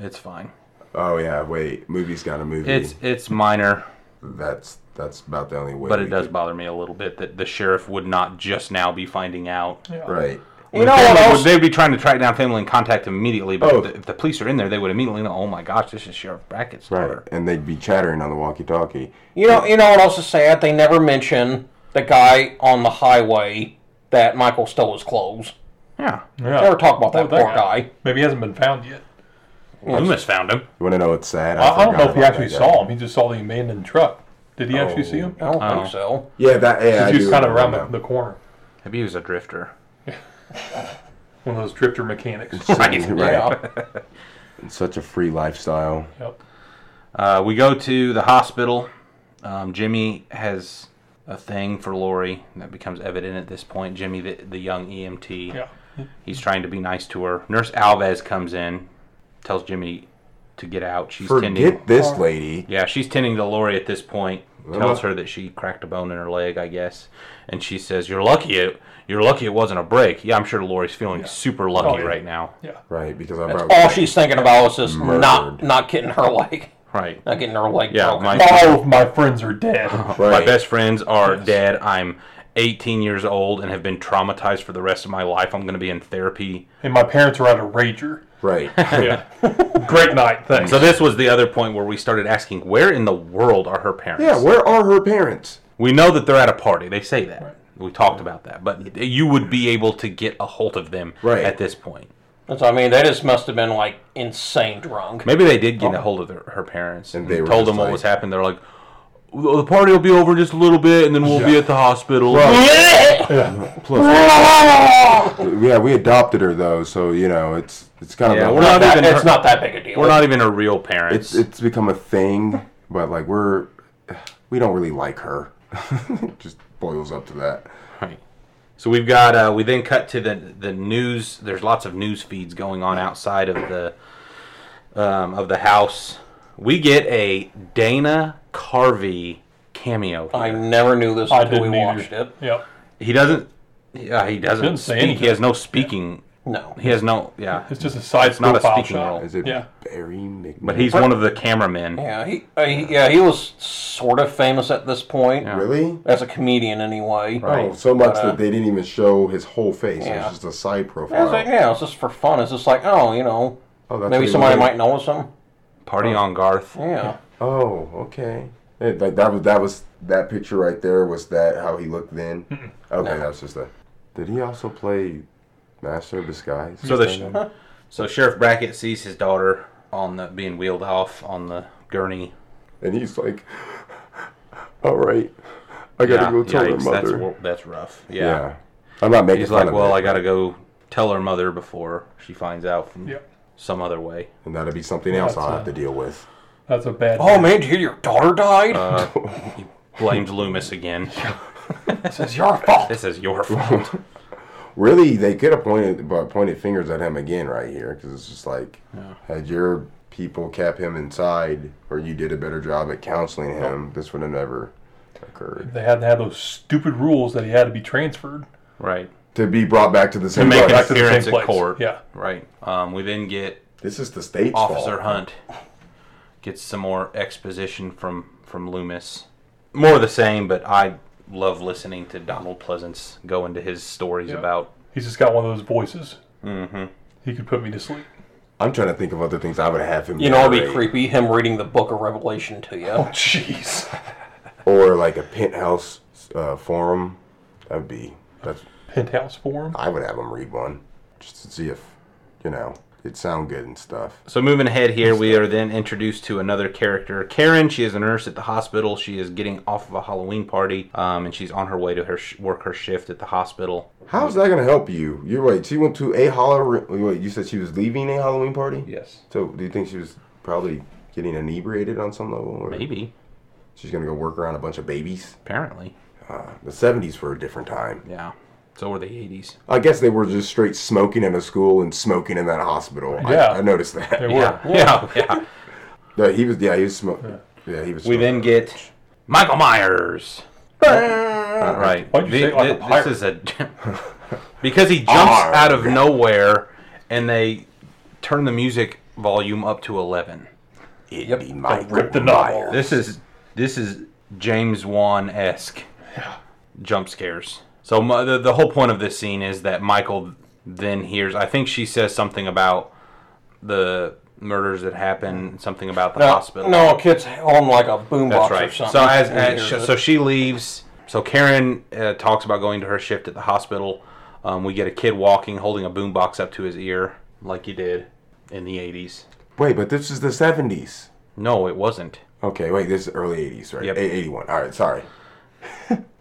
It's fine. Oh yeah. Wait. Movie's got a movie. It's it's minor, that's that's about the only way. but it we does could- bother me a little bit that the sheriff would not just now be finding out. Right. You know what Family would- else? they'd be trying to track down family and contact him immediately. But if, Oh. the, if the police are in there, they would immediately know. Oh my gosh, this is Sheriff Brackett's Right. daughter. And they'd be chattering on the walkie-talkie. You know, you know what else is sad? They never mention the guy on the highway that Michael stole his clothes. Yeah, Yeah. Never talk about that Oh, that poor guy. Maybe he hasn't been found yet. Loomis found him. You want to know what's sad? I, I don't forgot know if he about actually that guy. saw him. He just saw the abandoned truck. Did he actually see him? I don't Oh. think so. Yeah, that. Yeah, I he was do kind of remember around now. the, the corner. Maybe he was a drifter. One of those drifter mechanics. <laughs> <laughs> Right. Yeah. Such a free lifestyle. Yep. Uh, we go to the hospital. Um, Jimmy has a thing for Lori that becomes evident at this point. Jimmy, the, the young E EMT, Yeah. he's trying to be nice to her. Nurse Alves comes in, tells Jimmy to get out. She's tending. Forget this lady. Yeah, she's tending to Lori at this point. Tells her that she cracked a bone in her leg, I guess, and she says, "You're lucky it. You're lucky it wasn't a break." Yeah, I'm sure Lori's feeling super lucky Oh, yeah. right now. Yeah. Right, because I'm That's all she's thinking about is just not Murdered. not getting her leg, Right. not getting her leg Yeah, broken. my- All of my friends are dead. My <laughs> right. best friends are dead. I'm 18 years old and have been traumatized for the rest of my life. I'm going to be in therapy. and my parents are at a rager. Right. <laughs> Yeah. <laughs> Great night. Thanks. So this was the other point where we started asking, where in the world are her parents? yeah, where are her parents? we know that they're at a party. They say that. We talked about that, but you would be able to get a hold of them Right. at this point. That's what I mean. They just must have been like insane drunk. Maybe they did get a hold of their, her parents and, Oh. they were told just them what like- was happening. They're like, "Well, the party will be over in just a little bit, and then we'll be at the hospital. Yeah, we adopted her though, so you know it's it's kind of Yeah, a- we're Not not that- even. it's her- not that big a deal. We're not even her real parents. it's it's become a thing, but like we're we don't really like her. <laughs> It Just boils up to that. Right. So we've got uh, we then cut to the the news. There's lots of news feeds going on outside of the um, of the house. We get a Dana Carvey cameo. I never knew this I until didn't we either. watched it. Yep. He doesn't. Yeah, he doesn't Didn't say speak. He anything. has no speaking. No. He has no. Yeah. <laughs> It's just a side It's not a profile speaking shot. role. Is it Yeah. Barry McNeil? But he's one of the cameramen. Yeah, he, uh, he yeah he was sort of famous at this point really. as a comedian anyway. Oh, so much that they didn't even show his whole face. It yeah. was just a side profile. It's like, yeah, it's just for fun. It's just like, oh, you know, Oh, that's what maybe he somebody wanted. might notice him. Party on Garth. Yeah. Oh, okay. Eh, Like that was that was that picture right there. Was that how he looked then? Okay, that's just a. Did he also play Master of disguise. So the sh- so Sheriff Brackett sees his daughter on the being wheeled off on the gurney. and he's like, "All right, I gotta go tell her yikes, that's mother." wor- that's rough. Yeah. yeah. I'm not making He's fun like, of well, it, I gotta go tell her mother before she finds out from Yep. some other way. and that'll be something else That's, I'll uh, have to deal with. That's a bad. Oh man, did you hear your daughter died? Blames Loomis again. <laughs> this is your fault. this is <laughs> your fault. Really, they could have pointed but pointed fingers at him again right here because it's just like, had your people kept him inside, or you did a better job at counseling him, this would have never occurred. They had to have those stupid rules that he had to be transferred right. To be brought back to the To same. make an place. to the same appearance at place. court. Yeah. Right. Um, we then get This is the state's Officer fault. Hunt gets some more exposition from from Loomis. More of the same, but I love listening to Donald Pleasance go into his stories Yeah. about. He's just got one of those voices. Mm-hmm. He could put me to sleep. <laughs> I'm trying to think of other things I would have him. You know, it'd be narrate. creepy him reading the Book of Revelation to you. Jeez. or like a penthouse uh, forum. That'd be that's Penthouse form. I would have them read one just to see if you know it sound good and stuff. So moving ahead here, we are then introduced to another character, Karen. She is a nurse at the hospital. She is getting off of a Halloween party, um, and she's on her way to her sh- work her shift at the hospital. How's that gonna help you? You're right. She went to a Halloween. Wait, you said she was leaving a Halloween party. Yes, So do you think she was probably getting inebriated on some level? Or maybe she's gonna go work around a bunch of babies. apparently, The '70s were a different time. yeah. So were the '80s. I guess they were just straight smoking in a school and smoking in that hospital. I- Yeah. I, noticed that. They Yeah, <laughs> were. yeah, yeah. No, he was. Yeah, he was smoking. Yeah. he was. We then smoking. get Michael Myers. right. Why'd you say it like a pirate? This is a <laughs> because he jumps Arr. out of nowhere, and they turn the music volume up to eleven. It'd Yep. be Michael Rip the novel. Myers. This is this is James Wan esque jump scares. So my, the, the whole point of this scene is that Michael then hears. I think she says something about the murders that happen, something about the No, hospital. no, kid's on like a boombox That's or right. something. So as, He as hears so it. she leaves. So Karen uh, talks about going to her shift at the hospital. Um, we get a kid walking, holding a boombox up to his ear, like you did in the '80s. Wait, but this is the '70s. No, it wasn't. Okay, wait, this is early 80s, right? Yep. Yep. 81. All right, sorry.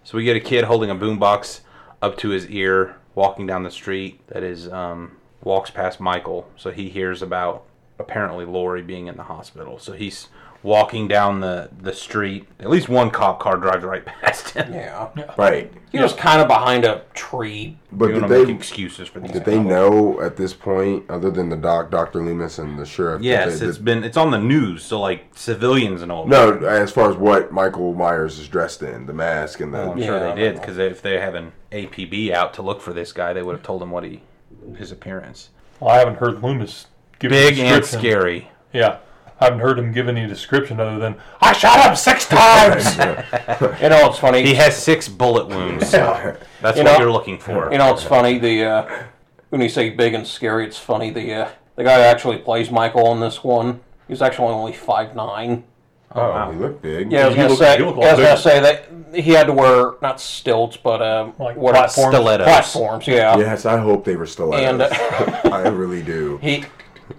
So we get a kid holding a boombox up to his ear, walking down the street. That is, um, walks past Michael. So he hears about apparently Lori being in the hospital. So he's walking down the the street. At least one cop car drives right past him. yeah, Right. he was kind of behind a tree. But You did don't they, make excuses for these. did they know at this point, other than the doc, Dr. Loomis, and the sheriff? that Yes, they- it's that- been it's on the news, so like civilians and all. No, as far as what Michael Myers is dressed in, the mask and the. Oh, I'm sure Yeah. they did because if they have an APB out to look for this guy, they would have told him what he his appearance. Well, I haven't heard Loomis give a Big and description. scary. Yeah. I haven't heard him give any description other than I shot him six <laughs> times. you know, it's funny. He has six bullet <laughs> wounds. That's You what know- you're looking for. You know, it's funny. The uh, when you say big and scary, it's funny. The uh, the guy who actually plays Michael in this one, he's actually only five nine. oh, he looked big. Yeah, I was You gonna look- say. you look I was like gonna say that he had to wear not stilts, but um, Like what are- platforms? Stilettos. Platforms, yeah. <laughs> Yes, I hope they were still at And, uh, us. <laughs> uh, I <laughs> really do. He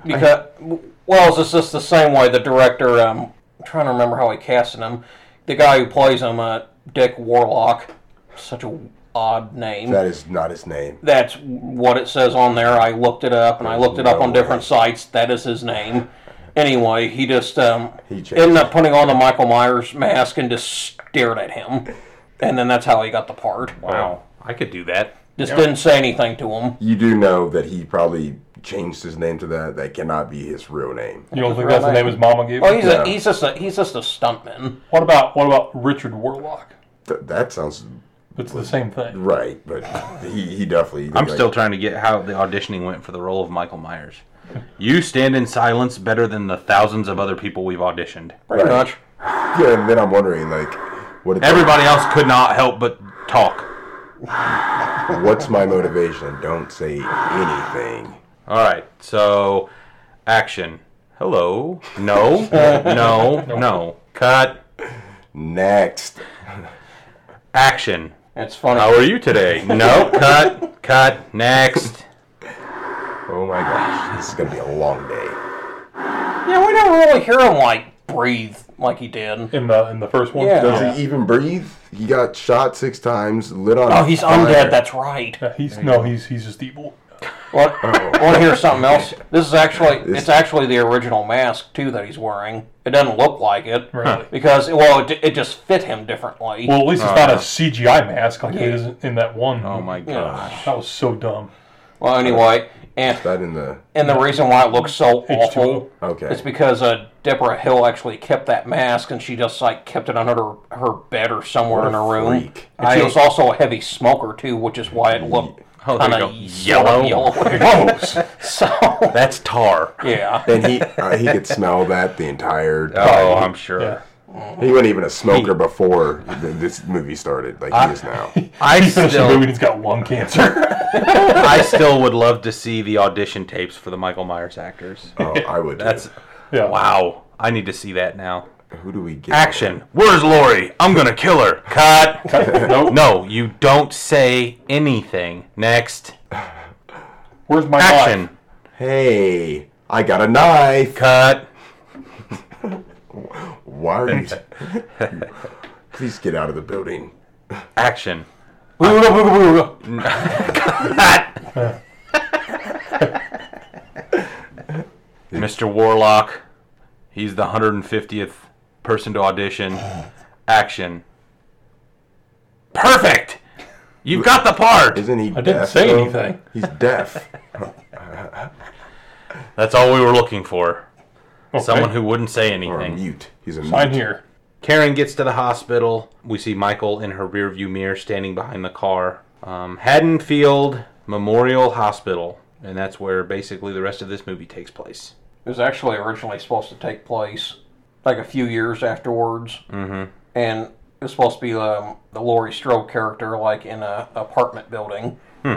because well, it's just the same way the director. Um, I'm trying to remember how he casted him. The guy who plays him, uh, Dick Warlock, such a odd name. That is not his name. That's what it says on there. I looked it up, and I looked it up No on way. different sites. That is his name. Anyway, he just um, He changed ended up putting on the Michael Myers mask and just stared at him, and then that's how he got the part. wow, I could do that. Just didn't say anything to him. You do know that he probably changed his name to that. That cannot be his real name. you don't think that's the name his mama gave Well, him? Oh, he's Yeah. a, he's just a he's just a stuntman. What about what about Richard Warlock? Th- that sounds It's the same thing. right, but he, he definitely. I'm still trying to get how the auditioning went for the role of Michael <laughs> Myers. You stand in silence better than the thousands of other people we've auditioned. Pretty Right. much. Yeah, and then I'm wondering, like, what did Everybody else could not help but talk. What's my motivation? Don't say anything. All right, so action. Hello. No. no. No. Cut. Next. Action. It's funny. How are you today? No. cut. Cut. Next. oh my gosh, this is gonna be a long day. Yeah, we don't really hear him like breathe like he did. in the in the first one. Yeah. Does he even breathe? He got shot six times, lit on. Oh, he's fire. undead. That's right. Yeah, he's no, he's he's just evil. What? I want to hear something else. This is actually This- it's actually the original mask too that he's wearing. It doesn't look like it Really. because well, it, it just fit him differently. Well, at least it's not a CGI mask like it is in that one. Oh my gosh. That was so dumb. well, anyway, and that in the and the reason why it looks so awful okay. It's because uh, Deborah Hill actually kept that mask, and she just like kept it under her, her bed or somewhere What in a her room. freak. And she was also a heavy smoker too, which is why it looked Oh, there kind you of go. <laughs> yellow. Gross. <laughs> so That's tar. yeah, and he uh, he could smell that the entire. time. Oh, I'm sure. Yeah. He wasn't even a smoker before th- this movie started, like he is now. I He finished the movie and still, he's got lung cancer. <laughs> I still would love to see the audition tapes for the Michael Myers actors. Oh, I would. too. That's yeah. wow. I need to see that now. Who do we get? Action. Where's Lori? I'm gonna kill her. Cut. Nope. No, you don't say anything. Next. Where's my Action. knife? Hey, I got a knife. Cut. Why are you? <laughs> Please get out of the building. Action. <laughs> Mr. Warlock. He's the 150th person to audition. Action. Perfect. You've got the part. Isn't he? I didn't deaf, say though? anything. He's <laughs> deaf. That's all we were looking for. Okay. Someone who wouldn't say or a anything. mute. He's a Sign mute. here. Karen gets to the hospital. We see Michael in her rearview mirror standing behind the car. Um, Haddonfield Memorial Hospital. And that's where basically the rest of this movie takes place. it was actually originally supposed to take place like a few years afterwards, mm-hmm. and it was supposed to be um, the Laurie Strode character, like in a apartment building. Hmm.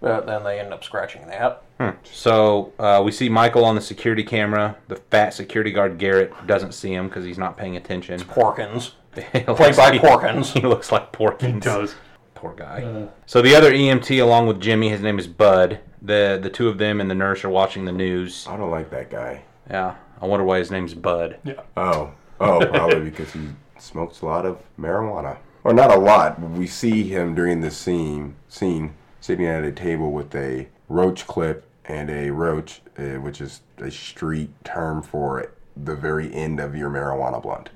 But then they end up scratching that. So uh, we see Michael on the security camera. The fat security guard Garrett doesn't see him because he's not paying attention. <laughs> Porkins, Played played by Porkins. <laughs> He looks like Porkins. He does. Uh. Poor guy. so the other EMT, along with Jimmy, his name is Bud. The the two of them and the nurse are watching the news. I don't like that guy. Yeah, I wonder why his name's Bud. Oh, oh, probably because he smokes a lot of marijuana, or not a lot. but We see him during the scene scene sitting at a table with a roach clip and a roach, uh, which is a street term for the very end of your marijuana blunt,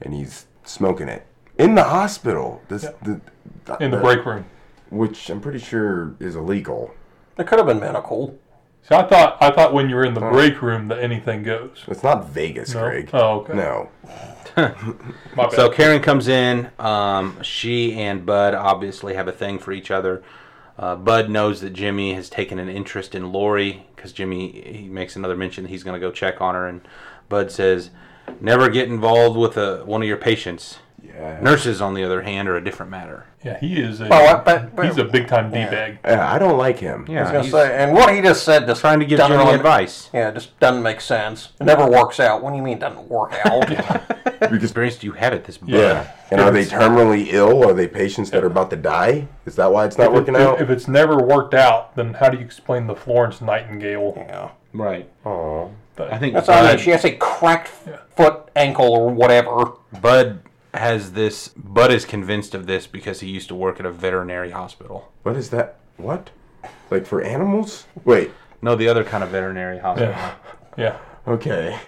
and he's smoking it in the hospital. This the, In the break room. which I'm pretty sure is illegal. It could have been medical. See, I thought I thought when you were in the break room that anything goes. It's not Vegas, No? Greg. Oh, okay. No, My bad. So Karen comes in. Um, she and Bud obviously have a thing for each other. Uh, Bud knows that Jimmy has taken an interest in Lori because Jimmy he makes another mention that he's going to go check on her, and Bud says, "Never get involved with a, one of your patients." yeah. Nurses, on the other hand, are a different matter. yeah, he is a Well, I- but- but- he's a big time d bag. Yeah, I don't like him. Yeah, I was he's gonna say, and what he just said just trying to give doesn't Jimmy really- advice. Yeah, it just doesn't make sense. It never works out. What do you mean it doesn't work <laughs> out? <laughs> Because Experience you have at this Bud? Yeah. And are they terminally ill? Are they patients that are about to die? Is that why it's not working if, out? if it's never worked out, then how do you explain the Florence Nightingale? yeah. right. Aw. I think That's all I mean. Bud, She has a cracked foot, ankle, or whatever. Bud has this. Bud is convinced of this because he used to work at a veterinary hospital. What is that? What? Like for animals? Wait. No, the other kind of veterinary hospital. Yeah. Yeah. Okay.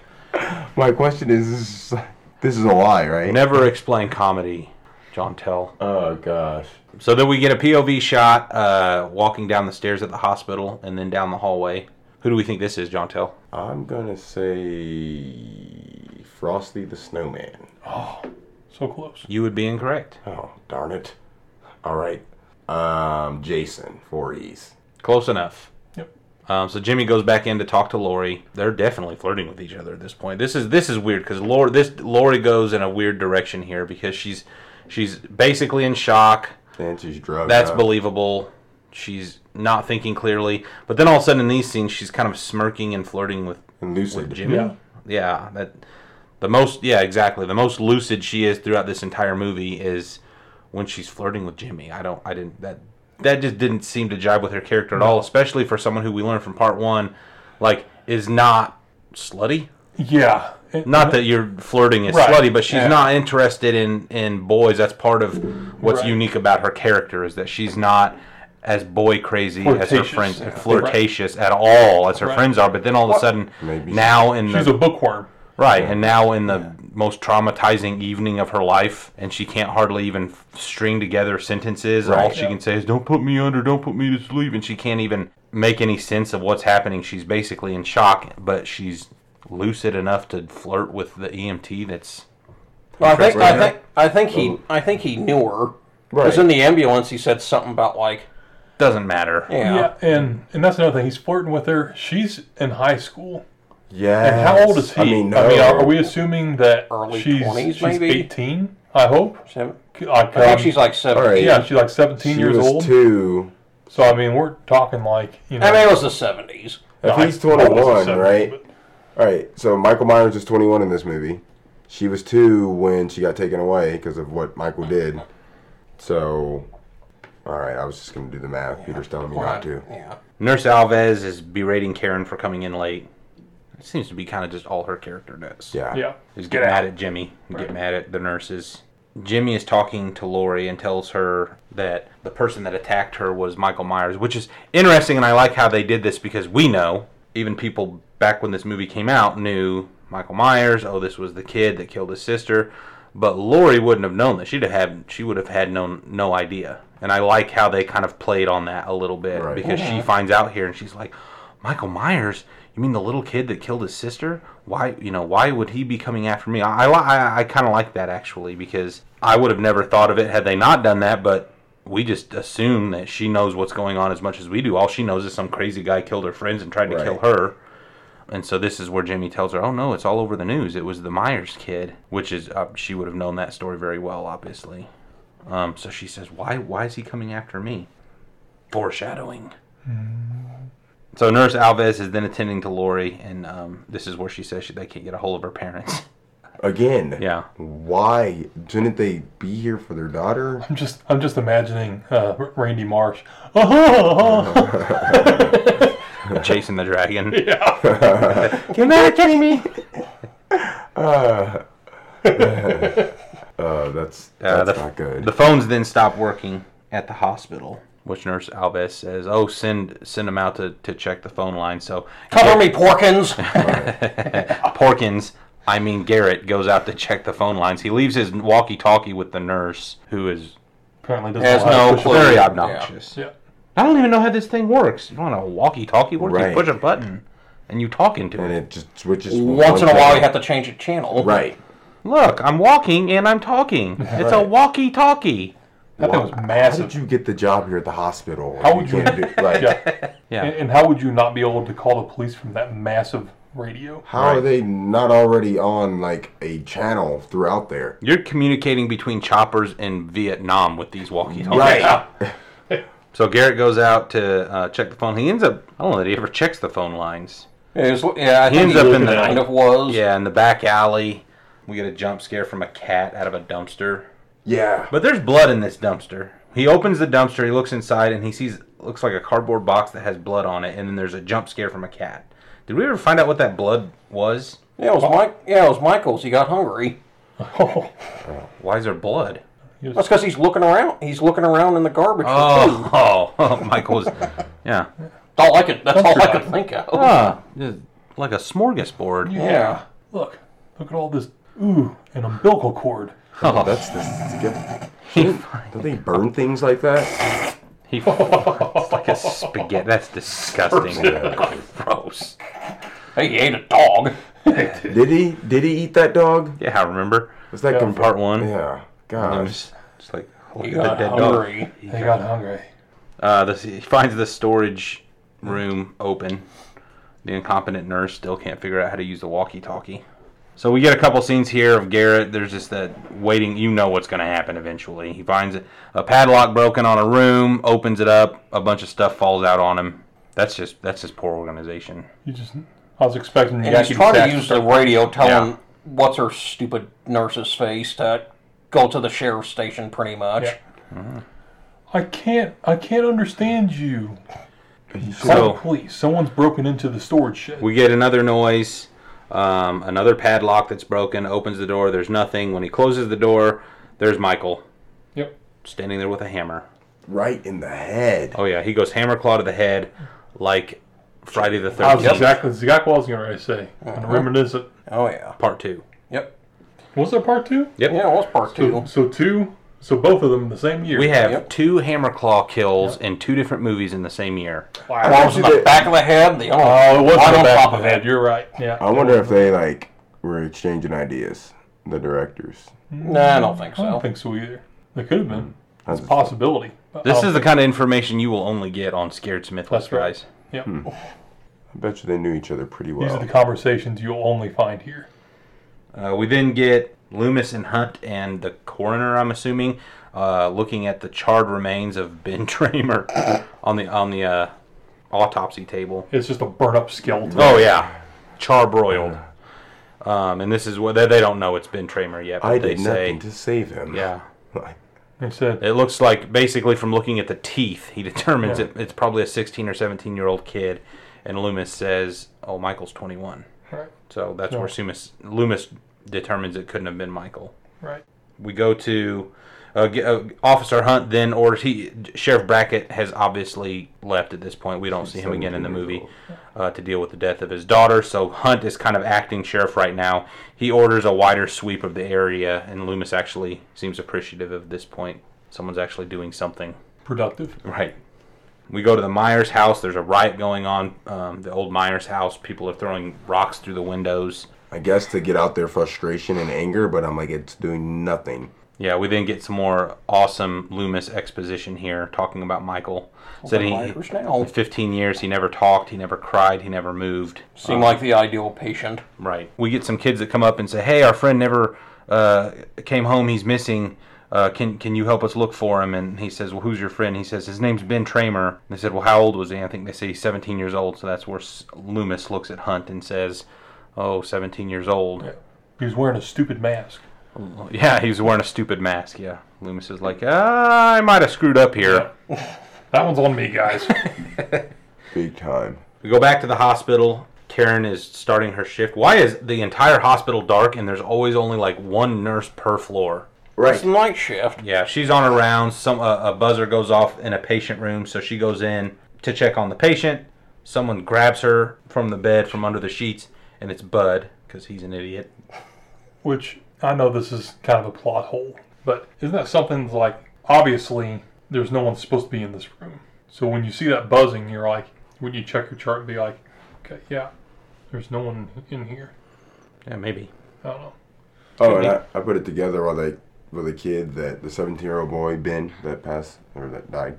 My question is this is- this is a lie, right? Never explain comedy, John Tell. Um, Oh gosh. So then we get a POV shot uh, walking down the stairs at the hospital and then down the hallway. Who do we think this is, John Tell? I'm gonna say Frosty the Snowman. So close. You would be incorrect. Oh, darn it. Alright. Um Jason, four E's. Close enough. Yep. Um, so Jimmy goes back in to talk to Lori. They're definitely flirting with each other at this point. This is this is weird because Lori this Lori goes in a weird direction here because she's she's basically in shock. And she's drugged. That's up. believable. She's not thinking clearly, but then all of a sudden in these scenes she's kind of smirking and flirting with and lucid. with Jimmy. Yeah. Yeah. that the most. Yeah, exactly. The most lucid she is throughout this entire movie is when she's flirting with Jimmy. I don't. I didn't. That that just didn't seem to jibe with her character at all, especially for someone who we learned from part one, like is not slutty. Yeah. And- Not that you're flirting is Right, slutty, but she's yeah. not interested in in boys. That's part of what's Right. unique about her character is that she's not as boy crazy as her Flirtatious, friends, yeah. flirtatious at all as her Right. friends are. But then all of a sudden, Maybe now in She's the a bookworm. Right, and now in the most traumatizing evening of her life, and she can't hardly even string together sentences. and All Right. she can say is, "Don't put me under, don't put me to sleep," and she can't even make any sense of what's happening. She's basically in shock, but she's lucid enough to flirt with the EMT. That's I think I Interesting. think I think he I think he knew her. Because Right. in the ambulance, he said something about like, doesn't matter. yeah, Yeah, and and that's another thing. He's flirting with her. She's in high school. Yeah. And how old is he? I mean, no. I mean, are, are we assuming that Early she's 20s, she's maybe? eighteen? I hope. seven. I, I think she's like seven. All right. yeah, she's like seventeen She years was old. two. So I mean, we're talking like you know. I mean, it was the seventies. If I- he's I wasn't 21, 17, right? but- All right. So Michael Myers is 21 in this movie. She was two when she got taken away because of what Michael did. So, all right. I was just gonna do the math. Peter's telling me not to. Yeah. Nurse Alves is berating Karen for coming in late. It seems to be kind of just all her character does. Yeah. Yeah. is get mad at Jimmy, and get mad at the nurses. Jimmy is talking to Lori and tells her that the person that attacked her was Michael Myers, which is interesting, and I like how they did this because we know, even people back when this movie came out knew Michael Myers. Oh, this was the kid that killed his sister, but Lori wouldn't have known that. She'd have had she would have had no no idea. And I like how they kind of played on that a little bit Right. because she finds out here and she's like, Michael Myers. You mean the little kid that killed his sister? Why, you know, why would he be coming after me? I, I, I, I kind of like that actually because I would have never thought of it had they not done that. But we just assume that she knows what's going on as much as we do. All she knows is some crazy guy killed her friends and tried to kill Right. her. And so this is where Jimmy tells her, "Oh no, it's all over the news. It was the Myers kid," which is uh, she would have known that story very well, obviously. Um, so she says, "Why? Why is he coming after me?" Foreshadowing. So Nurse Alves is then attending to Lori, and um, this is where she says she, they can't get a hold of her parents. Again. <laughs> Yeah. Why didn't they be here for their <laughs> daughter? I'm just I'm just imagining uh, R- Randy Marsh. <laughs> Uh-huh, uh-huh. Chasing the dragon. You're not kidding me. uh, that's Uh, that's the, not good. The phones then stop working at the hospital, which Nurse Alves says, "Oh, send send them out to, to check the phone line." So Cover me, <laughs> Porkins. Porkins, I mean Garrett, goes out to check the phone lines. He leaves his walkie-talkie with the nurse, who is Apparently doesn't Has know how to no push a clue. very yeah. obnoxious. Oh, Yeah. I don't even know how this thing works. You don't want a walkie-talkie? What if Right. you push a button and you talk into and it? it just switches from Once in one a while, thing- you have to change the channel. Right. Look, I'm walking and I'm talking. It's a walkie-talkie. That thing was How massive. did you get the job here at the hospital? How would you- can't do, like, <laughs> yeah. Yeah. And, and how would you not be able to call the police from that massive radio? <laughs> How are they not already on like a channel throughout there? You're communicating between choppers in Vietnam with these walkie-talkies. Right. So Garrett goes out to uh, check the phone. He ends up, I don't know that he ever checks the phone lines. It was- yeah, I He think ends up in the- kind of was. Yeah, in the back alley, we get a jump scare from a cat out of a dumpster. Yeah. But there's blood in this dumpster. He opens the dumpster, he looks inside, and he sees looks like a cardboard box that has blood on it, and then there's a jump scare from a cat. Did we ever find out what that blood was? Yeah, it was Mike. Yeah, it was Michael's. He got hungry. Why is there blood? That's because he's looking around. He's looking around in the garbage. for food. Oh, <laughs> oh, Michael's, yeah, That's all I could. That's all I could Dumpster think of. ah, just like a smorgasbord. yeah. <laughs> Look, look at all this. Ooh, an umbilical cord. Oh, That's the. Don't they burn things like that? He it's like a spaghetti. That's disgusting. <laughs> Gross. Hey, he ate a dog. Did he? Did he eat that dog? Yeah, I remember. Was that From part one. Yeah. Gosh. It's it's like look He at the got dead dog. hungry. They got hungry. Uh, this, he finds the storage room open. The incompetent nurse still can't figure out how to use the walkie-talkie. So we get a couple scenes here of Garrett. There's just that waiting. You know what's going to happen eventually. He finds a padlock broken on a room, opens it up. A bunch of stuff falls out on him. That's just that's just poor organization. You just. I was expecting And Jackie he's trying Chan to use the radio telling Yeah. what's her stupid nurse's face to go to the sheriff's station pretty much. Yeah. I can't. I can't understand you. So- Call the police. Someone's broken into the storage shed. We get another noise, um, another padlock that's broken, opens the door, there's nothing. When he closes the door, there's Michael yep. standing there with a hammer. Right in the head. Oh, yeah, he goes hammer claw to the head like Friday the I was 13th, exactly exactly what I was going to say. And reminiscent. Oh yeah. part two. Yep. Was that part two? Yep. Yeah, it was part two. So two. So both of them the same year. We have Yep. two hammer claw kills in two different movies in the same year. Wow. One was Actually, in the they- back of the head. The other Oh, it was right the on back top of of the head. it. You're right. Yeah. I wonder if they like were exchanging ideas, the directors. Nah, I don't think I so. don't think so either. They could have been. That's It's a possibility. but I This don't is the think- kind of information you will only get on Scared Smith That's right. guys. Yep. I bet you they knew each other pretty These well. are the conversations you'll only find here. Uh, we then get Loomis and Hunt and the coroner, I'm assuming, uh, looking at the charred remains of Ben <laughs> Tramer on the on the uh, autopsy table. It's just a burnt up skeleton. Oh yeah, charbroiled. Um, and this is what they, they don't know it's Ben Tramer yet. But I they say, did nothing to save <laughs> him. yeah. <laughs> Like, They said It looks like basically from looking at the teeth, he determines it, it's probably a 16 or 17 year old kid. And Loomis says, "Oh, Michael's 21." right, So that's where Loomis, Loomis determines it couldn't have been Michael. right. we go to uh, g- uh, Officer Hunt. Then orders he Sheriff Brackett has obviously left at this point. We don't see him again in the 17 years movie uh, to deal with the death of his daughter. So Hunt is kind of acting sheriff right now. He orders a wider sweep of the area, and Loomis actually seems appreciative of this point. Someone's actually doing something. Productive. Right. We go to the Myers house. There's a riot going on. Um, the old Myers house. People are throwing rocks through the windows. I guess to get out their frustration and anger, but I'm like, it's doing nothing. Yeah, we then get some more awesome Loomis exposition here, talking about Michael. Said he, Virus now. in 15 years, he never talked, he never cried, he never moved. Seemed like the ideal patient. Right. We get some kids that come up and say, "Hey, our friend never uh, came home. He's missing. Uh, can can you help us look for him?" And he says, "Well, who's your friend?" He says, "His name's Ben Tramer." And they said, "Well, how old was he?" I think they say he's 17 years old. So that's where S- Loomis looks at Hunt and says, "Oh, 17 years old." He was wearing a stupid mask. <laughs> Yeah, he was wearing a stupid mask. Yeah, Loomis is like, ah, I might have screwed up here. That one's on me, <laughs> guys. Big time. We go back to the hospital. Karen is starting her shift. Why is the entire hospital dark and there's always only like one nurse per floor? Right. It's night shift. Yeah, she's on her rounds. Some a, a buzzer goes off in a patient room, so she goes in to check on the patient. Someone grabs her from the bed from under the sheets, and it's Bud because he's an idiot. Which I know this is kind of a plot hole, but isn't that something that's like obviously there's no one supposed to be in this room. So when you see that buzzing, you're like, when you check your chart, and be like, okay, yeah, there's no one in here. Yeah, maybe. I don't know. Oh, and I, I put it together while they with a kid that the 17 year old boy Ben that passed or that died.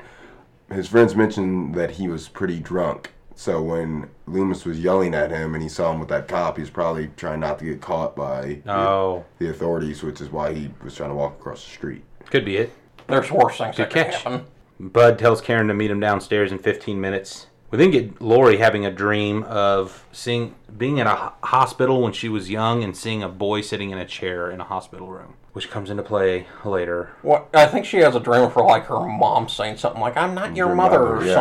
His friends mentioned that he was pretty drunk. So when Loomis was yelling at him and he saw him with that cop, he was probably trying not to get caught by the- Oh, the authorities, which is why he was trying to walk across the street. could be it. There's worse things that could catch. happen. Bud tells Karen to meet him downstairs in 15 minutes. We then get Lori having a dream of seeing being in a ho- hospital when she was young and seeing a boy sitting in a chair in a hospital room, which comes into play later. What I think she has a dream for like her mom saying something like, "I'm not your, Your mother, or yeah.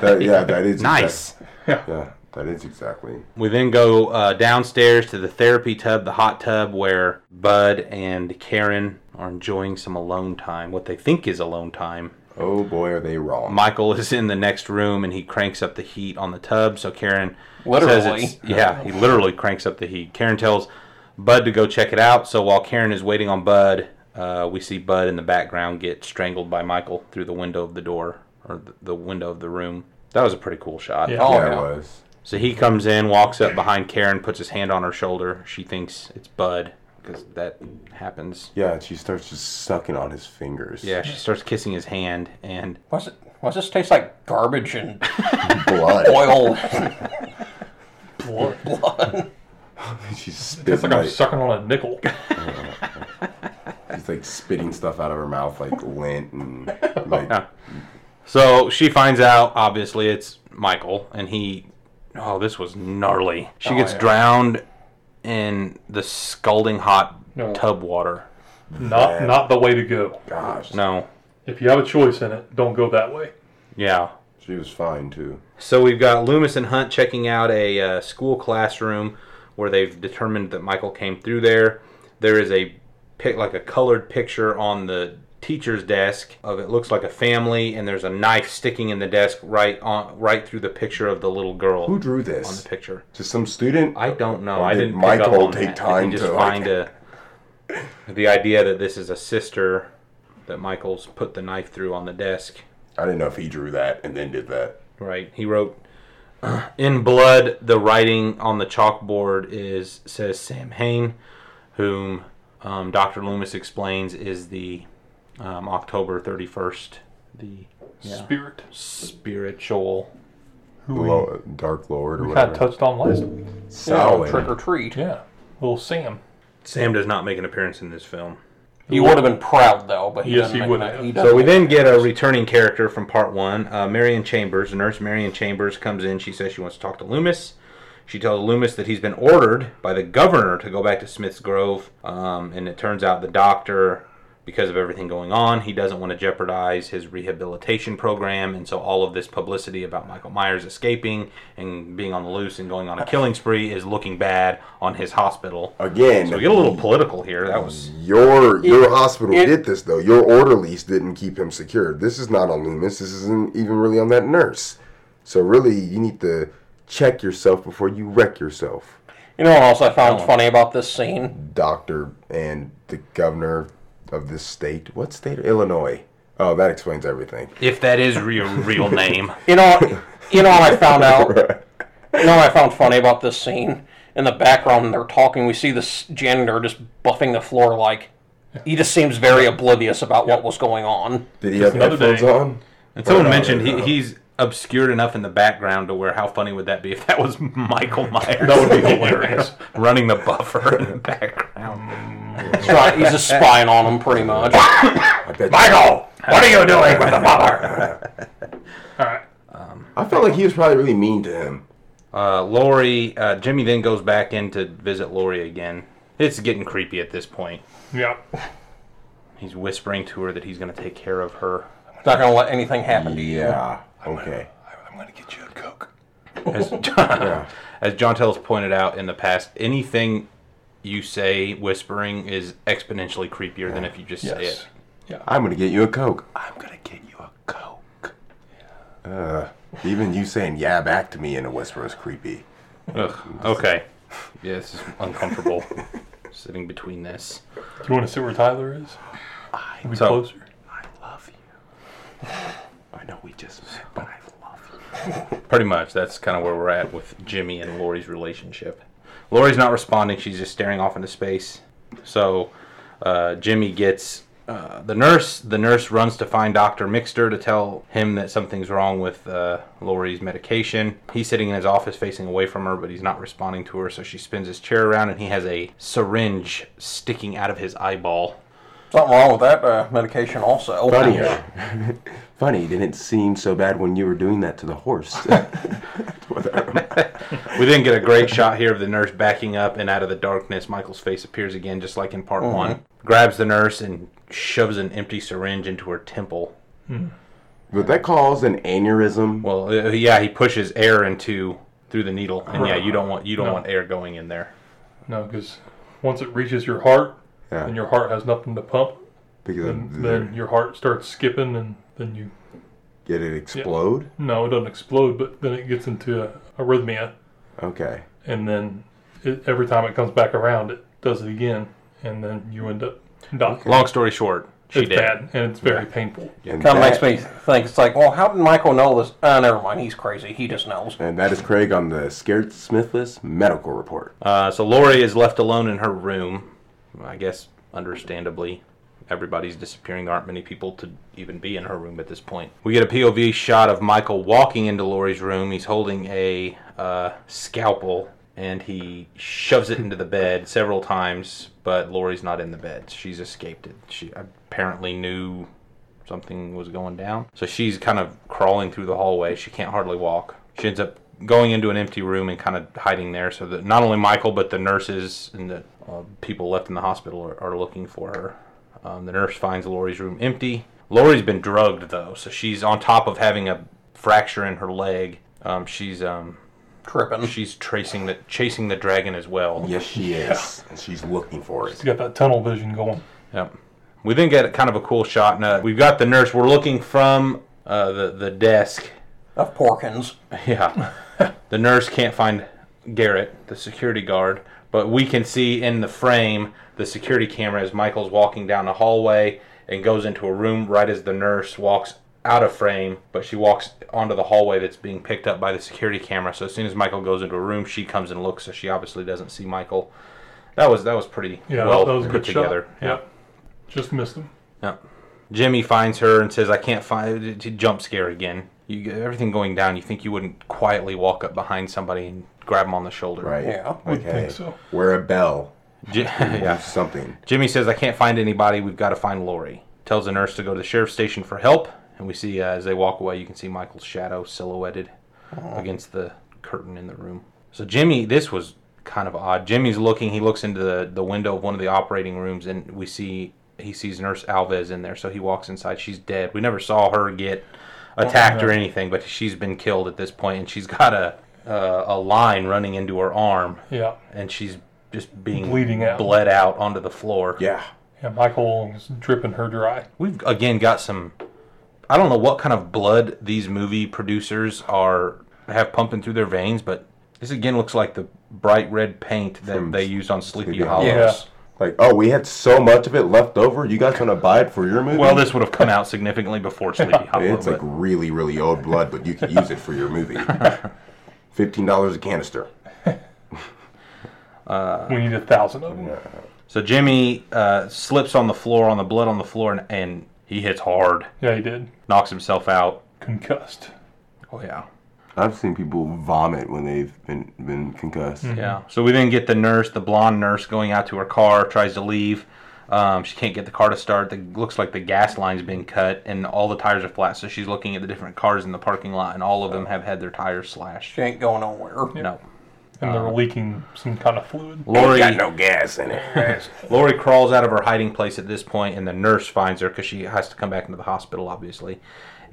<laughs> That, yeah, <laughs> that is Nice. exact- yeah, that is exactly. We then go uh, downstairs to the therapy tub, the hot tub, where Bud and Karen are enjoying some alone time, what they think is alone time. Oh boy, are they wrong. Michael is in the next room and he cranks up the heat on the tub. So Karen Literally. says it's, yeah, he literally cranks up the heat. Karen tells Bud to go check it out. So while Karen is waiting on Bud, uh, we see Bud in the background get strangled by Michael through the window of the door or th- the window of the room. That was a pretty cool shot. Yeah. Oh yeah, it yeah. was. So he comes in, walks up behind Karen, puts his hand on her shoulder. She thinks it's Bud because that happens. Yeah, and she starts just sucking on his fingers. Yeah, she starts kissing his hand and What's it? What's this taste like? Garbage and blood. oil. <laughs> Lord, She spits it's like I'm like sucking on <laughs> a nickel. she's like spitting stuff out of her <laughs> mouth like lint and like So she finds out, obviously, it's Michael, and he. Oh, this was gnarly. She Oh, gets yeah. drowned in the scalding hot No. tub water. Not Yeah. not the way to go. gosh. No. If you have a choice in it, don't go that way. Yeah. She was fine too. So we've got Loomis and Hunt checking out a uh, school classroom where they've determined that Michael came through there. There is a pic, like a colored picture on the teacher's desk of it looks like a family, and there's a knife sticking in the desk right on right through the picture of the little girl Who drew on the this? picture. Just some student? I don't know. I did didn't. pick up Michael on take that. I time did just to, like- find a, the idea that this is a sister that Michael's put the knife through on the desk. I didn't know if he drew that and then did that. Right. He wrote, <clears throat> "In blood, the writing on the chalkboard is says Sam Hain, whom um, Doctor Loomis explains is the um, October thirty first, the Spirit. spiritual Who we Lo- Dark Lord or kind of whatever. touched on last week. Samhain. <laughs> Trick or treat. Yeah. Little Sam. Sam does not make an appearance in this film. He would have been proud though, but he Yes, doesn't he make would that. have. He So doesn't. we then get a returning character from part one, uh, Marion Chambers. Nurse Marion Chambers comes in. She says she wants to talk to Loomis. She tells Loomis that he's been ordered by the governor to go back to Smith's Grove. Um, and it turns out the doctor, because of everything going on, he doesn't want to jeopardize his rehabilitation program. And so all of this publicity about Michael Myers escaping and being on the loose and going on a killing spree is looking bad on his hospital. Again, So we get a little political here. That was. your your hospital it- did this though. Your orderlies didn't keep him secure. This is not on Loomis. This isn't even really on that nurse. So really, you need to check yourself before you wreck yourself. You know what else I found funny about <laughs> this scene? doctor and the governor of this state. What state? Illinois. Oh, that explains everything. If that is your real name. You know, you know what I found out. You know what I found funny about this scene? In the background, when they're talking. We see this janitor just buffing the floor like he just seems very oblivious about what was going on. Did he have another headphones day. on? And someone Or no, mentioned no. he, he's obscured enough in the background to where how funny would that be if that was <laughs> Michael Myers? That would <laughs> be hilarious. <laughs> running the buffer in the background. He's, trying, he's just spying on him pretty much. I bet Michael, what are you doing with the buffer? All right. I felt like he was probably really mean to him. Uh, Lori, uh, Jimmy then goes back in to visit Lori again. It's getting creepy at this point. Yeah. He's whispering to her that he's going to take care of <laughs> her. Not gonna let anything happen to you. Yeah. Okay. I'm going to get you a Coke. As John, as John Tell has pointed out in the past, anything you say whispering is exponentially creepier than if you just say Yes. it. I'm gonna get you a coke. I'm gonna get you a coke. Uh, even you saying "yeah" back to me in a whisper is creepy. Ugh, <laughs> okay. Yeah, this is uncomfortable sitting between this. Do you want to see where Tyler is? We'll be So- closer. I love you. <sighs> I know we just met, but I love you. Pretty much, that's kind of where we're at with Jimmy and Lori's relationship. Lori's not responding, she's just staring off into space. So, uh, Jimmy gets uh, the nurse. The nurse runs to find Dr. Mixter to tell him that something's wrong with uh, Lori's medication. He's sitting in his office facing away from her, but he's not responding to her, so she spins his chair around and he has a syringe sticking out of his eyeball. Something wrong with that uh, medication also. Funny, huh? <laughs> funny. Didn't seem so bad when you were doing that to the horse. <laughs> We then get a great shot here of the nurse backing up, and out of the darkness, Michael's face appears again, just like in Mm-hmm. part one. Grabs the nurse and shoves an empty syringe into her temple. Would that cause an aneurysm? Well, uh, yeah, he pushes air into through the needle, and yeah, you don't want you don't want air going in there. No, because once it reaches your heart Yeah. and your heart has nothing to pump, because of then, the- then your heart starts skipping and then you. did it explode? No, it doesn't explode, but then it gets into a arrhythmia. Okay. And then it, every time it comes back around, it does it again. And then you end up dying. Long story short, she it's did. bad and it's very painful. And Kind of that- makes me think it's like, well, how did Michael know this? Uh, never mind, he's crazy. He just knows. And that is Craig on the Scared Smithless medical report. Uh, so Lori is left alone in her room. I guess, understandably, everybody's disappearing. There aren't many people to even be in her room at this point. We get a POV shot of Michael walking into Lori's room. He's holding a uh, scalpel and he shoves it into the bed several times, but Lori's not in the bed. She's escaped it. She apparently knew something was going down. So she's kind of crawling through the hallway. She can't hardly walk. She ends up going into an empty room and kind of hiding there so that not only Michael, but the nurses and the uh, people left in the hospital are, are looking for her. Um, the nurse finds Lori's room empty. Lori's been drugged though, so she's on top of having a fracture in her leg. Um, she's um, Tripping. she's tracing the chasing the dragon as well. Yes, she is, and she's looking for it. You got that tunnel vision going. Yep. We then get kind of a cool shot. And, uh, we've got the nurse. We're looking from uh, the the desk. Of Porkins. <laughs> Yeah. the nurse can't find Garrett, the security guard, but we can see in the frame the security camera as Michael's walking down a hallway and goes into a room right as the nurse walks out of frame, but she walks onto the hallway that's being picked up by the security camera. So as soon as Michael goes into a room, she comes and looks, so she obviously doesn't see Michael. That was that was pretty Yeah, well that was a put good together. shot. Yep. Just missed him. Yeah. Jimmy finds her and says, "I can't find." it," to Jump scare again. You get everything going down. You think you wouldn't quietly walk up behind somebody and grab them on the shoulder. Right. Yeah. Would Okay. think so. We're a bell. Ji- <laughs> yeah. Something. Jimmy says, "I can't find anybody. We've got to find Lori." Tells the nurse to go to the sheriff's station for help. And we see uh, as they walk away, you can see Michael's shadow silhouetted against the curtain in the room. So Jimmy, this was kind of odd. Jimmy's looking. He looks into the the window of one of the operating rooms, and we see he sees Nurse Alves in there. So he walks inside. She's dead. We never saw her get attacked or anything, but she's been killed at this point, and she's got a uh, a line running into her arm Yeah. and she's just being Bleeding out. bled out onto the floor. Yeah. Yeah, Michael is dripping her dry. We've again got some. I don't know what kind of blood these movie producers are have pumping through their veins, but this again looks like the bright red paint that they used on Sleepy Sleepy Hollow. Hollow. Yeah. Like, oh, we had so much of it left over. You guys want to buy it for your movie? Well, this would have come out significantly before <laughs> Sleepy Hollow. It's like but- really, really old blood, but you can use it for your <laughs> movie. Fifteen dollars a canister. Oh, We need a thousand of them. so Jimmy uh, slips on the floor, on the blood on the floor, and, and he hits hard, Yeah, he did. knocks himself out. Concussed. Oh yeah. I've seen people vomit when they've been been concussed. Mm-hmm. Yeah. So we then get the nurse, the blonde nurse, going out to her car, tries to leave. Um, she can't get the car to start. The, looks like the gas line's been cut and all the tires are flat. So she's looking at the different cars in the parking lot, and all of them have had their tires slashed. She ain't going nowhere. No. And Uh, they're leaking some kind of fluid. Lori, Got no gas in it. Lori crawls out of her hiding place at this point, and the nurse finds her because she has to come back into the hospital, obviously.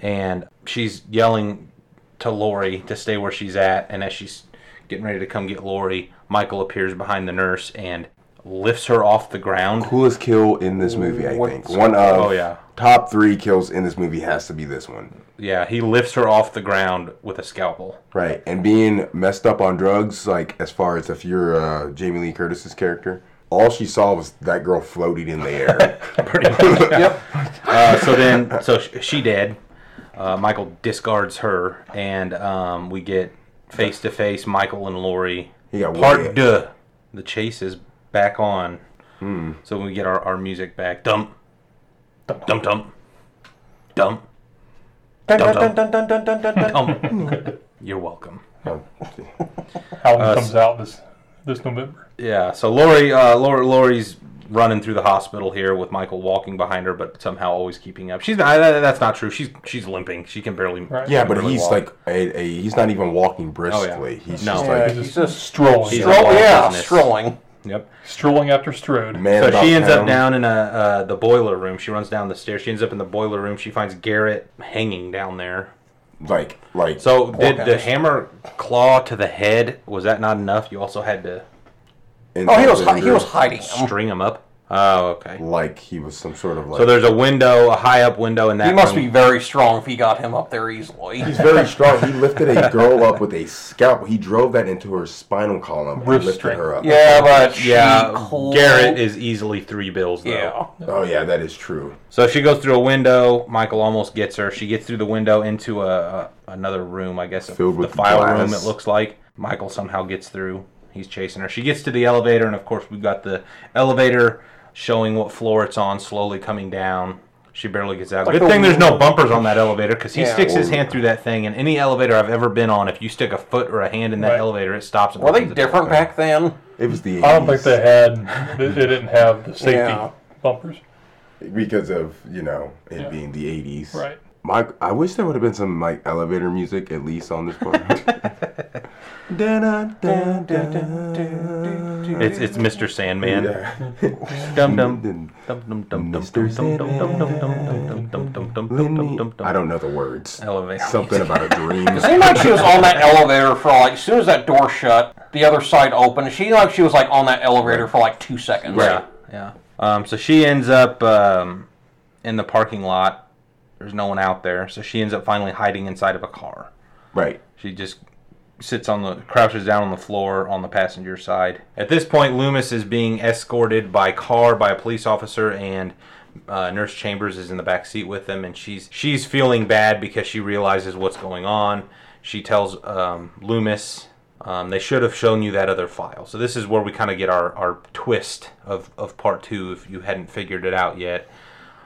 And she's yelling to Lori to stay where she's at. And as she's getting ready to come get Lori, Michael appears behind the nurse and lifts her off the ground. <laughs> Coolest kill in this movie, I What's- think. One of Oh, yeah. top three kills in this movie has to be this one. Yeah, he lifts her off the ground with a scalpel. Right, and being messed up on drugs, like as far as if you're uh, Jamie Lee Curtis's character, all she saw was that girl floating in <laughs> the air. Pretty much. yep. Uh, so then, so sh- she dead. Uh, Michael discards her, and um, we get face to face Michael and Lori. He got Part wet. deux. The chase is back on. So we get our, our music back. Dump. Dump, dump, dump. Dump. Dun, Dump. You're welcome. Um, Album uh, comes out this this November. Yeah, so Lori, uh, Lori, Lori's running through the hospital here with Michael walking behind her, but somehow always keeping up. She's I, that- that's not true. She's she's limping. She can barely. Right. yeah, <laughs> but Really he's walk. like a, a, he's not even walking briskly. He's Oh, No. just Yeah, like Uh, he's just Strolling. He's stroll, all yeah, business. strolling. Yep. Strolling after Strode. man. So about she ends up town. down in a uh, the boiler room. She runs down the stairs. She ends up in the boiler room. She finds Garrett hanging down there. like like So did the Hawkeyes. hammer claw to the head? Was that not enough? You also had to And Oh, he was Alexander, hi- he was hiding him. string him up. Oh, okay. like he was some sort of like So there's a window, a high up window in that. He must room. be very strong if he got him up there easily. He's very strong. He lifted <laughs> a girl up with a scalpel. He drove that into her spinal column and Wrist lifted strength. her up. yeah, but she Yeah, clo- Garrett is easily three bills though. Yeah, Oh yeah, that is true. So she goes through a window. Michael almost gets her. She gets through the window into a, a another room, I guess, Filled the with file glass. room. It looks like Michael somehow gets through. He's chasing her. She gets to the elevator, and of course we've got the elevator showing what floor it's on, slowly coming down. She barely gets out. Good the- thing there's no bumpers on that elevator because he Yeah. sticks his hand through that thing. And any elevator I've ever been on, if you stick a foot or a hand in that Right. elevator, it stops. And were they opens the door. different back then? It was the I don't think 80s. they had. They, they didn't have the safety Yeah. bumpers. because of you know it Yeah. being the eighties. Right. My, I wish there would have been some like elevator <laughs> music at least on this part. you It's it's Mr. Sandman. Yeah. Dum dum. Then Dum dum dum dum Mr. dum dum dum dum dum dum dum dum dum let dum me- dum dum dum. I don't know the words. Elevator. Something about a <laughs> dream. Seemed like she was on that elevator for like as soon as that door shut, the other side opened. She like she was like on that elevator for like two seconds. Yeah, yeah. Um, so she ends up um, in the parking lot. There's no one out there, so she ends up finally hiding inside of a car. right. She just sits on the crouches down on the floor on the passenger side. At this point, Loomis is being escorted by car by a police officer and. Uh, Nurse Chambers is in the back seat with them, and she's she's feeling bad because she realizes what's going on. She tells um, Loomis um, they should have shown you that other file. So this is where we kind of get our, our twist of, of part two if you hadn't figured it out yet.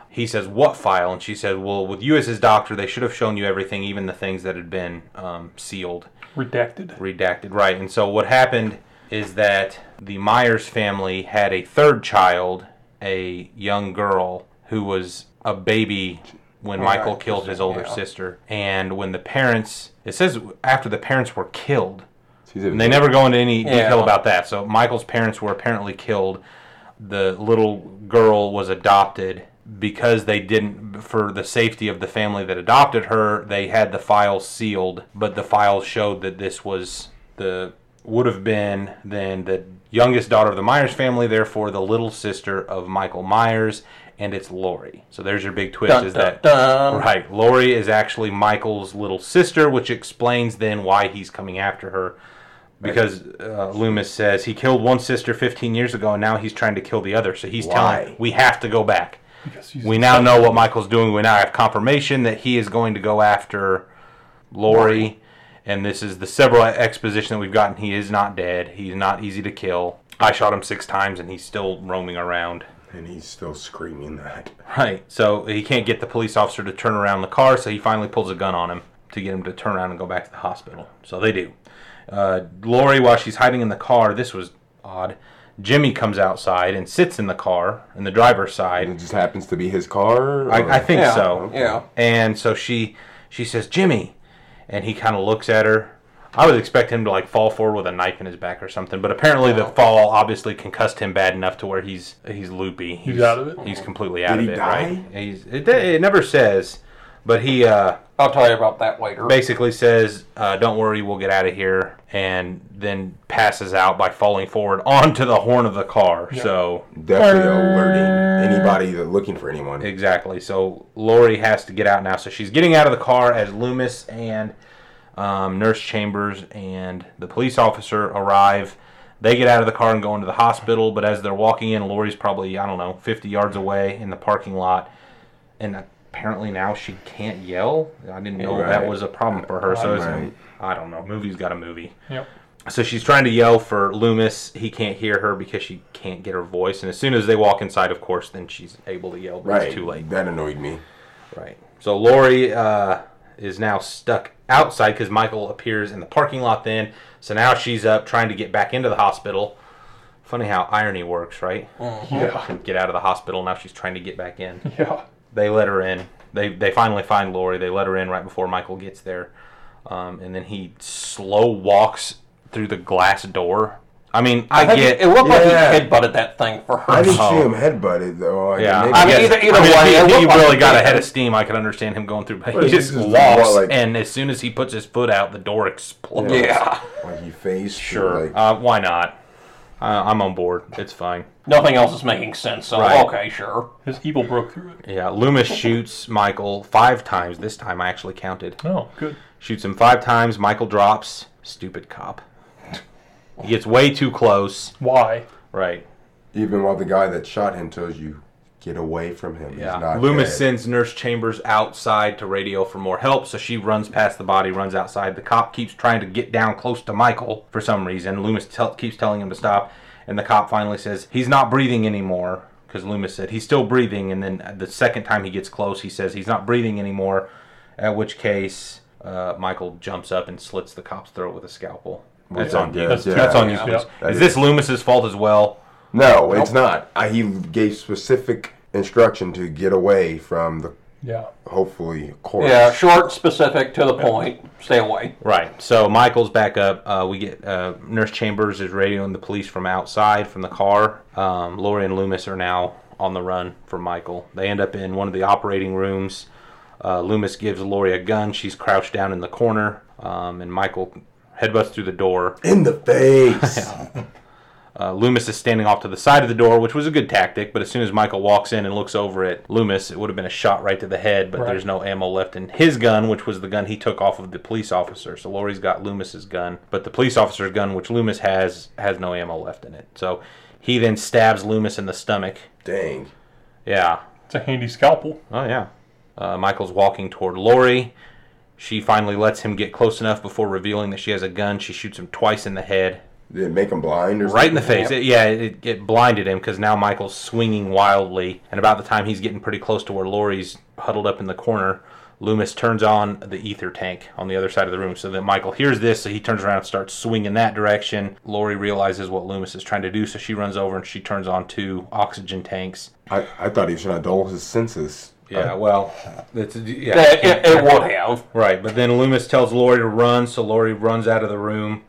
He says, what file? And she says, well, with you as his doctor, they should have shown you everything, even the things that had been um, sealed, redacted. redacted. Right. And so what happened is that the Myers family had a third child, a young girl who was a baby when Michael killed his older sister. And when the parents, it says after the parents were killed, She's a- and they never go into any Yeah. detail about that. So Michael's parents were apparently killed. The little girl was adopted because they didn't, for the safety of the family that adopted her, they had the file sealed, but the file showed that this was the, would have been then the youngest daughter of the Myers family, therefore the little sister of Michael Myers, and it's Lori. So there's your big twist Dun, is dun, that. dun. Right. Lori is actually Michael's little sister, which explains then why he's coming after her. Because uh, Loomis says he killed one sister 15 years ago and now he's trying to kill the other. So he's Why? telling we have to go back. Because he's- We now know what Michael's doing. We now have confirmation that he is going to go after Lori. And this is the several exposition that we've gotten. He is not dead. He's not easy to kill. I shot him six times and he's still roaming around. And he's still screaming that. Right. So he can't get the police officer to turn around the car, so he finally pulls a gun on him to get him to turn around and go back to the hospital. So they do. Uh, Lori, while she's hiding in the car, this was odd. Jimmy comes outside and sits in the car in the driver's It side. just happens to be his car. or- I, I think Yeah, so. yeah. And so she she says, "Jimmy," and he kind of looks at her. I was expecting him to like fall forward with a knife in his back or something, but apparently the fall obviously concussed him bad enough to where he's he's loopy. He's, out of it? He's completely out of Did he it. die? Right? He's, it, it never says, but he uh, I'll tell you about that later. basically says, uh, "Don't worry, we'll get out of here," and then passes out by falling forward <laughs> onto the horn of the car. So Definitely alerting anybody that looking for anyone. Exactly. So Lori has to get out now. So she's getting out of the car as Loomis and um, Nurse Chambers and the police officer arrive. They get out of the car and go into the hospital. But as they're walking in, Lori's probably I don't know 50 yards away in the parking lot, and apparently now she can't yell. I didn't know that Right. was a problem for her. So it's, Right. I don't know. Movie's got a movie. Yep. So she's trying to yell for Loomis. He can't hear her because she can't get her voice. And as soon as they walk inside, of course, then she's able to yell, but Right. it's too late. That annoyed me. Right. So Lori uh, is now stuck outside because Michael appears in the parking lot then. So now she's up trying to get back into the hospital. Funny how irony works, right? Yeah. Get out of the hospital. Now she's trying to get back in. <laughs> Yeah. They let her in. They, they finally find Lori. They let her in right before Michael gets there. Um, and then he slow walks through the glass door. I mean, I, I get think it looked like he Yeah. headbutted that thing for her. I didn't Oh. see him headbutt it though. Like, Yeah, maybe- I I mean, mean, either, either- either I way, mean, if it he, looked like really he got did. ahead of steam. I could understand him going through, but Well, he he just just walks, walked, like- and as soon as he puts his foot out, the door explodes. <laughs> Yeah. like he faced. sure. Like, Uh, why not? Uh, I'm on board. It's fine. Nothing else is making sense. So Right. okay, sure. His evil broke through it. Yeah, Loomis shoots Michael five times. This time I actually counted. Oh, good. Shoots him five times. Michael drops. Stupid cop. He gets way too close. Why? Right. even while the guy that shot him tells you, get away from him. He's Yeah. not Loomis dead." sends Nurse Chambers outside to radio for more help, so she runs past the body, runs outside. The cop keeps trying to get down close to Michael for some reason. Loomis tell keeps telling him to stop, and the cop finally says, He's not breathing anymore. Because Loomis said, He's still breathing. And then the second time he gets close, he says, He's not breathing anymore. At which case, uh, Michael jumps up and slits the cop's throat with a scalpel. That's Yeah, on you. yeah, That's, yeah. that's on you, Yeah. please. That Is is- this Loomis's fault as well? No, it's not. I, he gave specific instruction to get away from the Yeah. Hopefully, of course. Yeah, short, specific, to the point. Stay away. Right. So Michael's back up. Uh, we get uh, Nurse Chambers is radioing the police from outside from the car. Um, Lori and Loomis are now on the run from Michael. They end up in one of the operating rooms. Uh, Loomis gives Lori a gun. She's crouched down in the corner, um, and Michael headbutts through the door. In <laughs> the face. Uh, Loomis is standing off to the side of the door, which was a good tactic, but as soon as Michael walks in and looks over at Loomis, it would have been a shot right to the head, but Right. there's no ammo left in his gun, which was the gun he took off of the police officer. So Lori's got Loomis's gun, but the police officer's gun, which Loomis has, has no ammo left in it. So he then stabs Loomis in the stomach. Dang. Yeah. It's a handy scalpel. Oh, yeah. Uh, Michael's walking toward Lori. She finally lets him get close enough before revealing that she has a gun. She shoots him twice in the head. Did it make him blind or Right in the something? face. It- yeah, it, it blinded him because now Michael's swinging wildly. And about the time he's getting pretty close to where Lori's huddled up in the corner, Loomis turns on the ether tank on the other side of the room so that Michael hears this. So he turns around and starts swinging that direction. Lori realizes what Loomis is trying to do, so she runs over and she turns on two oxygen tanks. I, I thought he was trying to dull his senses. Yeah, well, that's, yeah. It, it- it would have. Right, but then Loomis tells Lori to run, so Lori runs out of the room,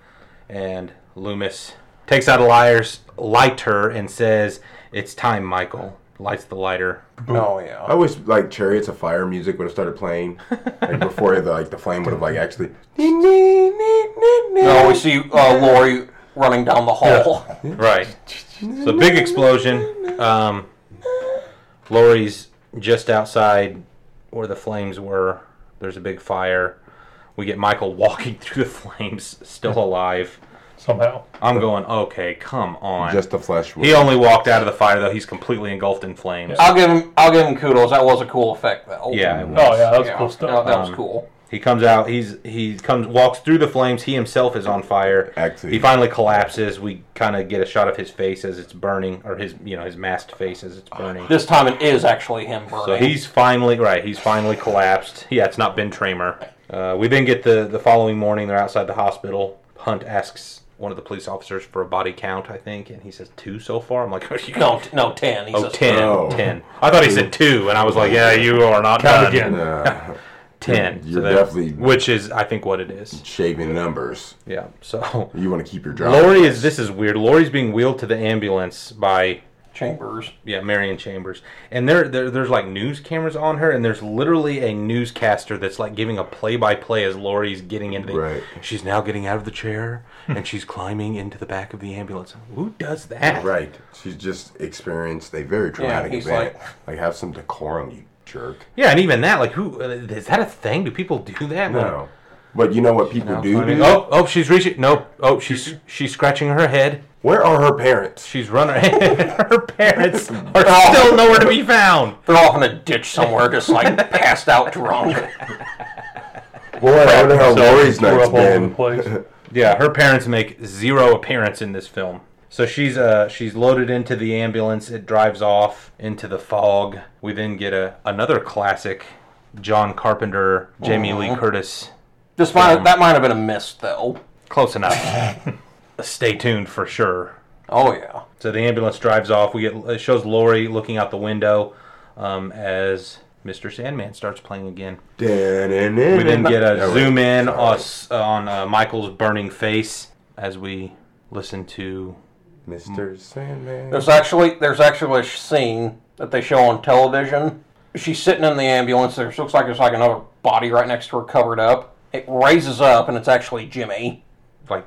and Loomis takes out a liar's lighter and says, "It's time, Michael." Lights the lighter. Oh, I yeah. wish like chariots of fire music would have started playing, <laughs> like before the, like the flame would have like actually. No, we see uh, Lori running down the hall. Right. So big explosion. Um, Lori's just outside where the flames were. There's a big fire. We get Michael walking <laughs> through the flames, still alive. Somehow. I'm going, okay, come on. Just the flesh. would- he only walked out of the fire though. He's completely engulfed in flames. <laughs> I'll give him. I'll give him kudos. That was a cool effect, though. Yeah. it was. Oh yeah, that's Yeah, cool that- stuff. that was cool. He comes out. He's he comes walks through the flames. He himself is on fire. Actually- He finally collapses. We kind of get a shot of his face as it's burning, or his you know his masked face as it's burning. This time it is actually him burning. So he's finally right. He's finally collapsed. Yeah, it's not Ben Tramer. Uh, we then get the the following morning. They're outside the hospital. Hunt asks one of the police officers for a body count, I think, and he says two so far. I'm like, <laughs> are you no, t- no, ten. He's Oh, a- 10, Oh. 10. I thought he said two, and I was like, yeah, you are not done. again. Uh, 10. You're that- definitely- Which is, I think, what it is. shaving numbers. Yeah, so. You want to keep your job. Lori is this is weird. Lori's being wheeled to the ambulance by Chambers. yeah Marion Chambers, and there, there there's like news cameras on her, and there's literally a newscaster that's like giving a play by play as Lori's getting into the. Right. Hmm. She's now getting out of the chair, and she's climbing into the back of the ambulance. Who does that? Right. She's just experienced a very traumatic he's event. Like, have some decorum, you jerk. Yeah, and even that, like, who uh, is that a thing? Do people do that? No. But you know what people Like, do? climbing- do? oh, oh, she's reaching. Nope. Oh, she's she's scratching her head. Where are her parents? She's running. <laughs> her <laughs> parents are Oh. still nowhere to be found. They're off in a ditch somewhere, just <laughs> like passed out drunk. Boy, I wonder how Lori's We're night's up all over the been. place. Yeah, her parents make zero appearance in this film. So she's uh she's loaded into the ambulance. It drives off into the fog. We then get a another classic, John Carpenter, Jamie Lee Curtis. This might that might have been a miss, though. Close enough. Stay tuned for sure. Oh yeah. So the ambulance drives off. We get it shows Lori looking out the window um, as Mr. Sandman starts playing again. We then get a zoom in us on uh, Michael's burning face as we listen to. Mr. Sandman. There's actually there's actually a scene that they show on television. She's sitting in the ambulance. There looks like there's like another body right next to her, covered up. It raises up, and it's actually Jimmy. Like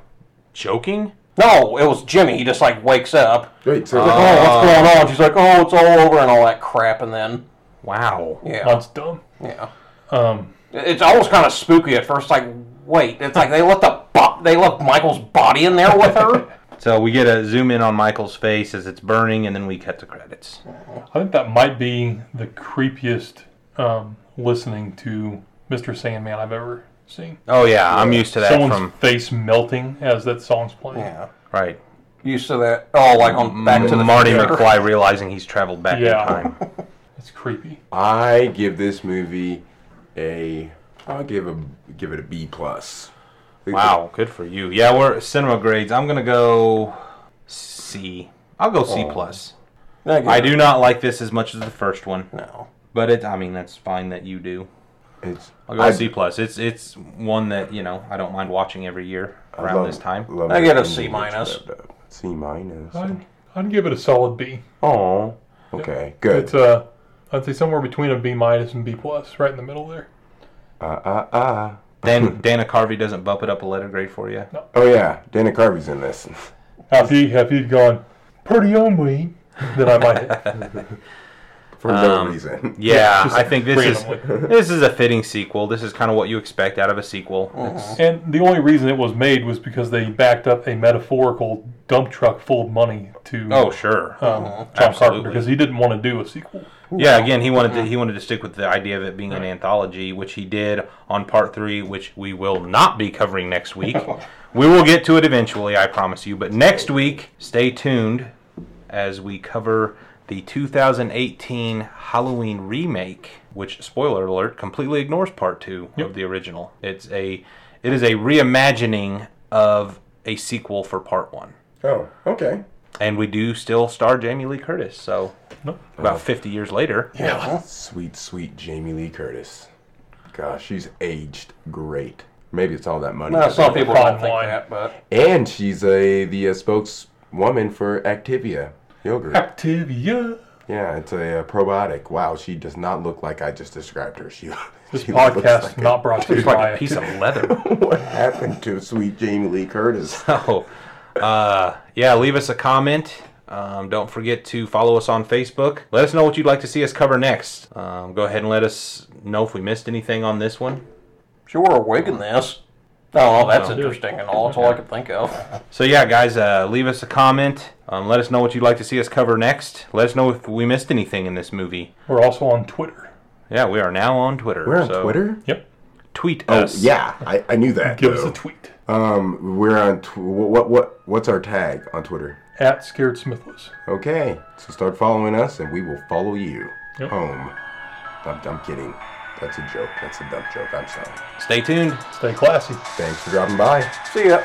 joking? No, it was Jimmy. He just like wakes up. Wait, so Oh, what's going on? She's like, oh, it's all over and all that crap, and then Wow. yeah, That's dumb. yeah. Um, It's almost kind of spooky at first. Like, wait, it's like they left the bo- they left Michael's body in there with her. So we get a zoom in on Michael's face as it's burning, and then we cut to credits. I think that might be the creepiest um, listening to Mr. Sandman I've ever seen. Oh yeah, I'm used to that Someone's from face melting as that song's playing. right. used to that. Oh, like on Back to the Marty Future. McFly realizing he's traveled back Yeah. in time. It's creepy. I give this movie a. I'll give a give it a B plus. Wow, good for you. Yeah, we're cinema grades. I'm gonna go C. I'll go C plus. Yeah, I do not like this as much as the first one. No. But it, I mean, that's fine that you do. It's I'll go I- with C plus. It's it's one that you know I don't mind watching every year I around love- this time. love I it get a when C you watch minus. that, uh, C minus. I'd, I'd give it a solid B. Oh, okay, good. It's uh, I'd say somewhere between a B minus and B plus, right in the middle there. Uh, uh, uh. Dan Dana Carvey doesn't bump it up a letter grade for you. Oh yeah, Dana Carvey's in this. <laughs> If he if he'd gone pretty only, then I might. <laughs> for no Um, reason. <laughs> Yeah, I think this randomly. is this is a fitting sequel. This is kind of what you expect out of a sequel. It's- and the only reason it was made was because they backed up a metaphorical dump truck full of money to oh sure, um, John Carpenter absolutely. because he didn't want to do a sequel. yeah. Again, he wanted to, he wanted to stick with the idea of it being an anthology, which he did on part three, which we will not be covering next week. we will get to it eventually, I promise you. But next week, stay tuned as we cover the 2018 Halloween remake, which spoiler alert completely ignores part 2 of the original. It's a it is a reimagining of a sequel for part 1. Oh, okay. And we do still star Jamie Lee Curtis, so Nope. about 50 years later. Yeah. Sweet, sweet Jamie Lee Curtis. Gosh, she's aged great. Maybe it's all that money. Now, some people don't Bottom think line. that, but And she's a the uh, spokeswoman for Activia <laughs> yogurt. Activia. yeah, it's a uh, probiotic. Wow, she does not look like I just described her. She. <laughs> This she looks podcast like a- not brought to you It's like by a piece <laughs> of leather. what happened to sweet Jamie <laughs> Lee Curtis? So, uh, yeah, leave us a comment. Um, don't forget to follow us on Facebook. Let us know what you'd like to see us cover next. Um, go ahead and let us know if we missed anything on this one. sure, we're awake in this. Oh, well, that's No. interesting and all. That's all I could think of. So, yeah, guys, uh, leave us a comment. Um, let us know what you'd like to see us cover next. Let us know if we missed anything in this movie. We're also on Twitter. Yeah, we are now on Twitter. We're on so Twitter. Oh, Yep. Tweet us. Yeah, I, I knew that. Give us though. a tweet um, we're on. Tw- what what what's our tag on Twitter? at Scared Smithless. Okay, so start following us, and we will follow you Yep. home. I'm, I'm kidding. That's a joke. That's a dumb joke. I'm sorry. Stay tuned. Stay classy. Thanks for dropping by. See ya.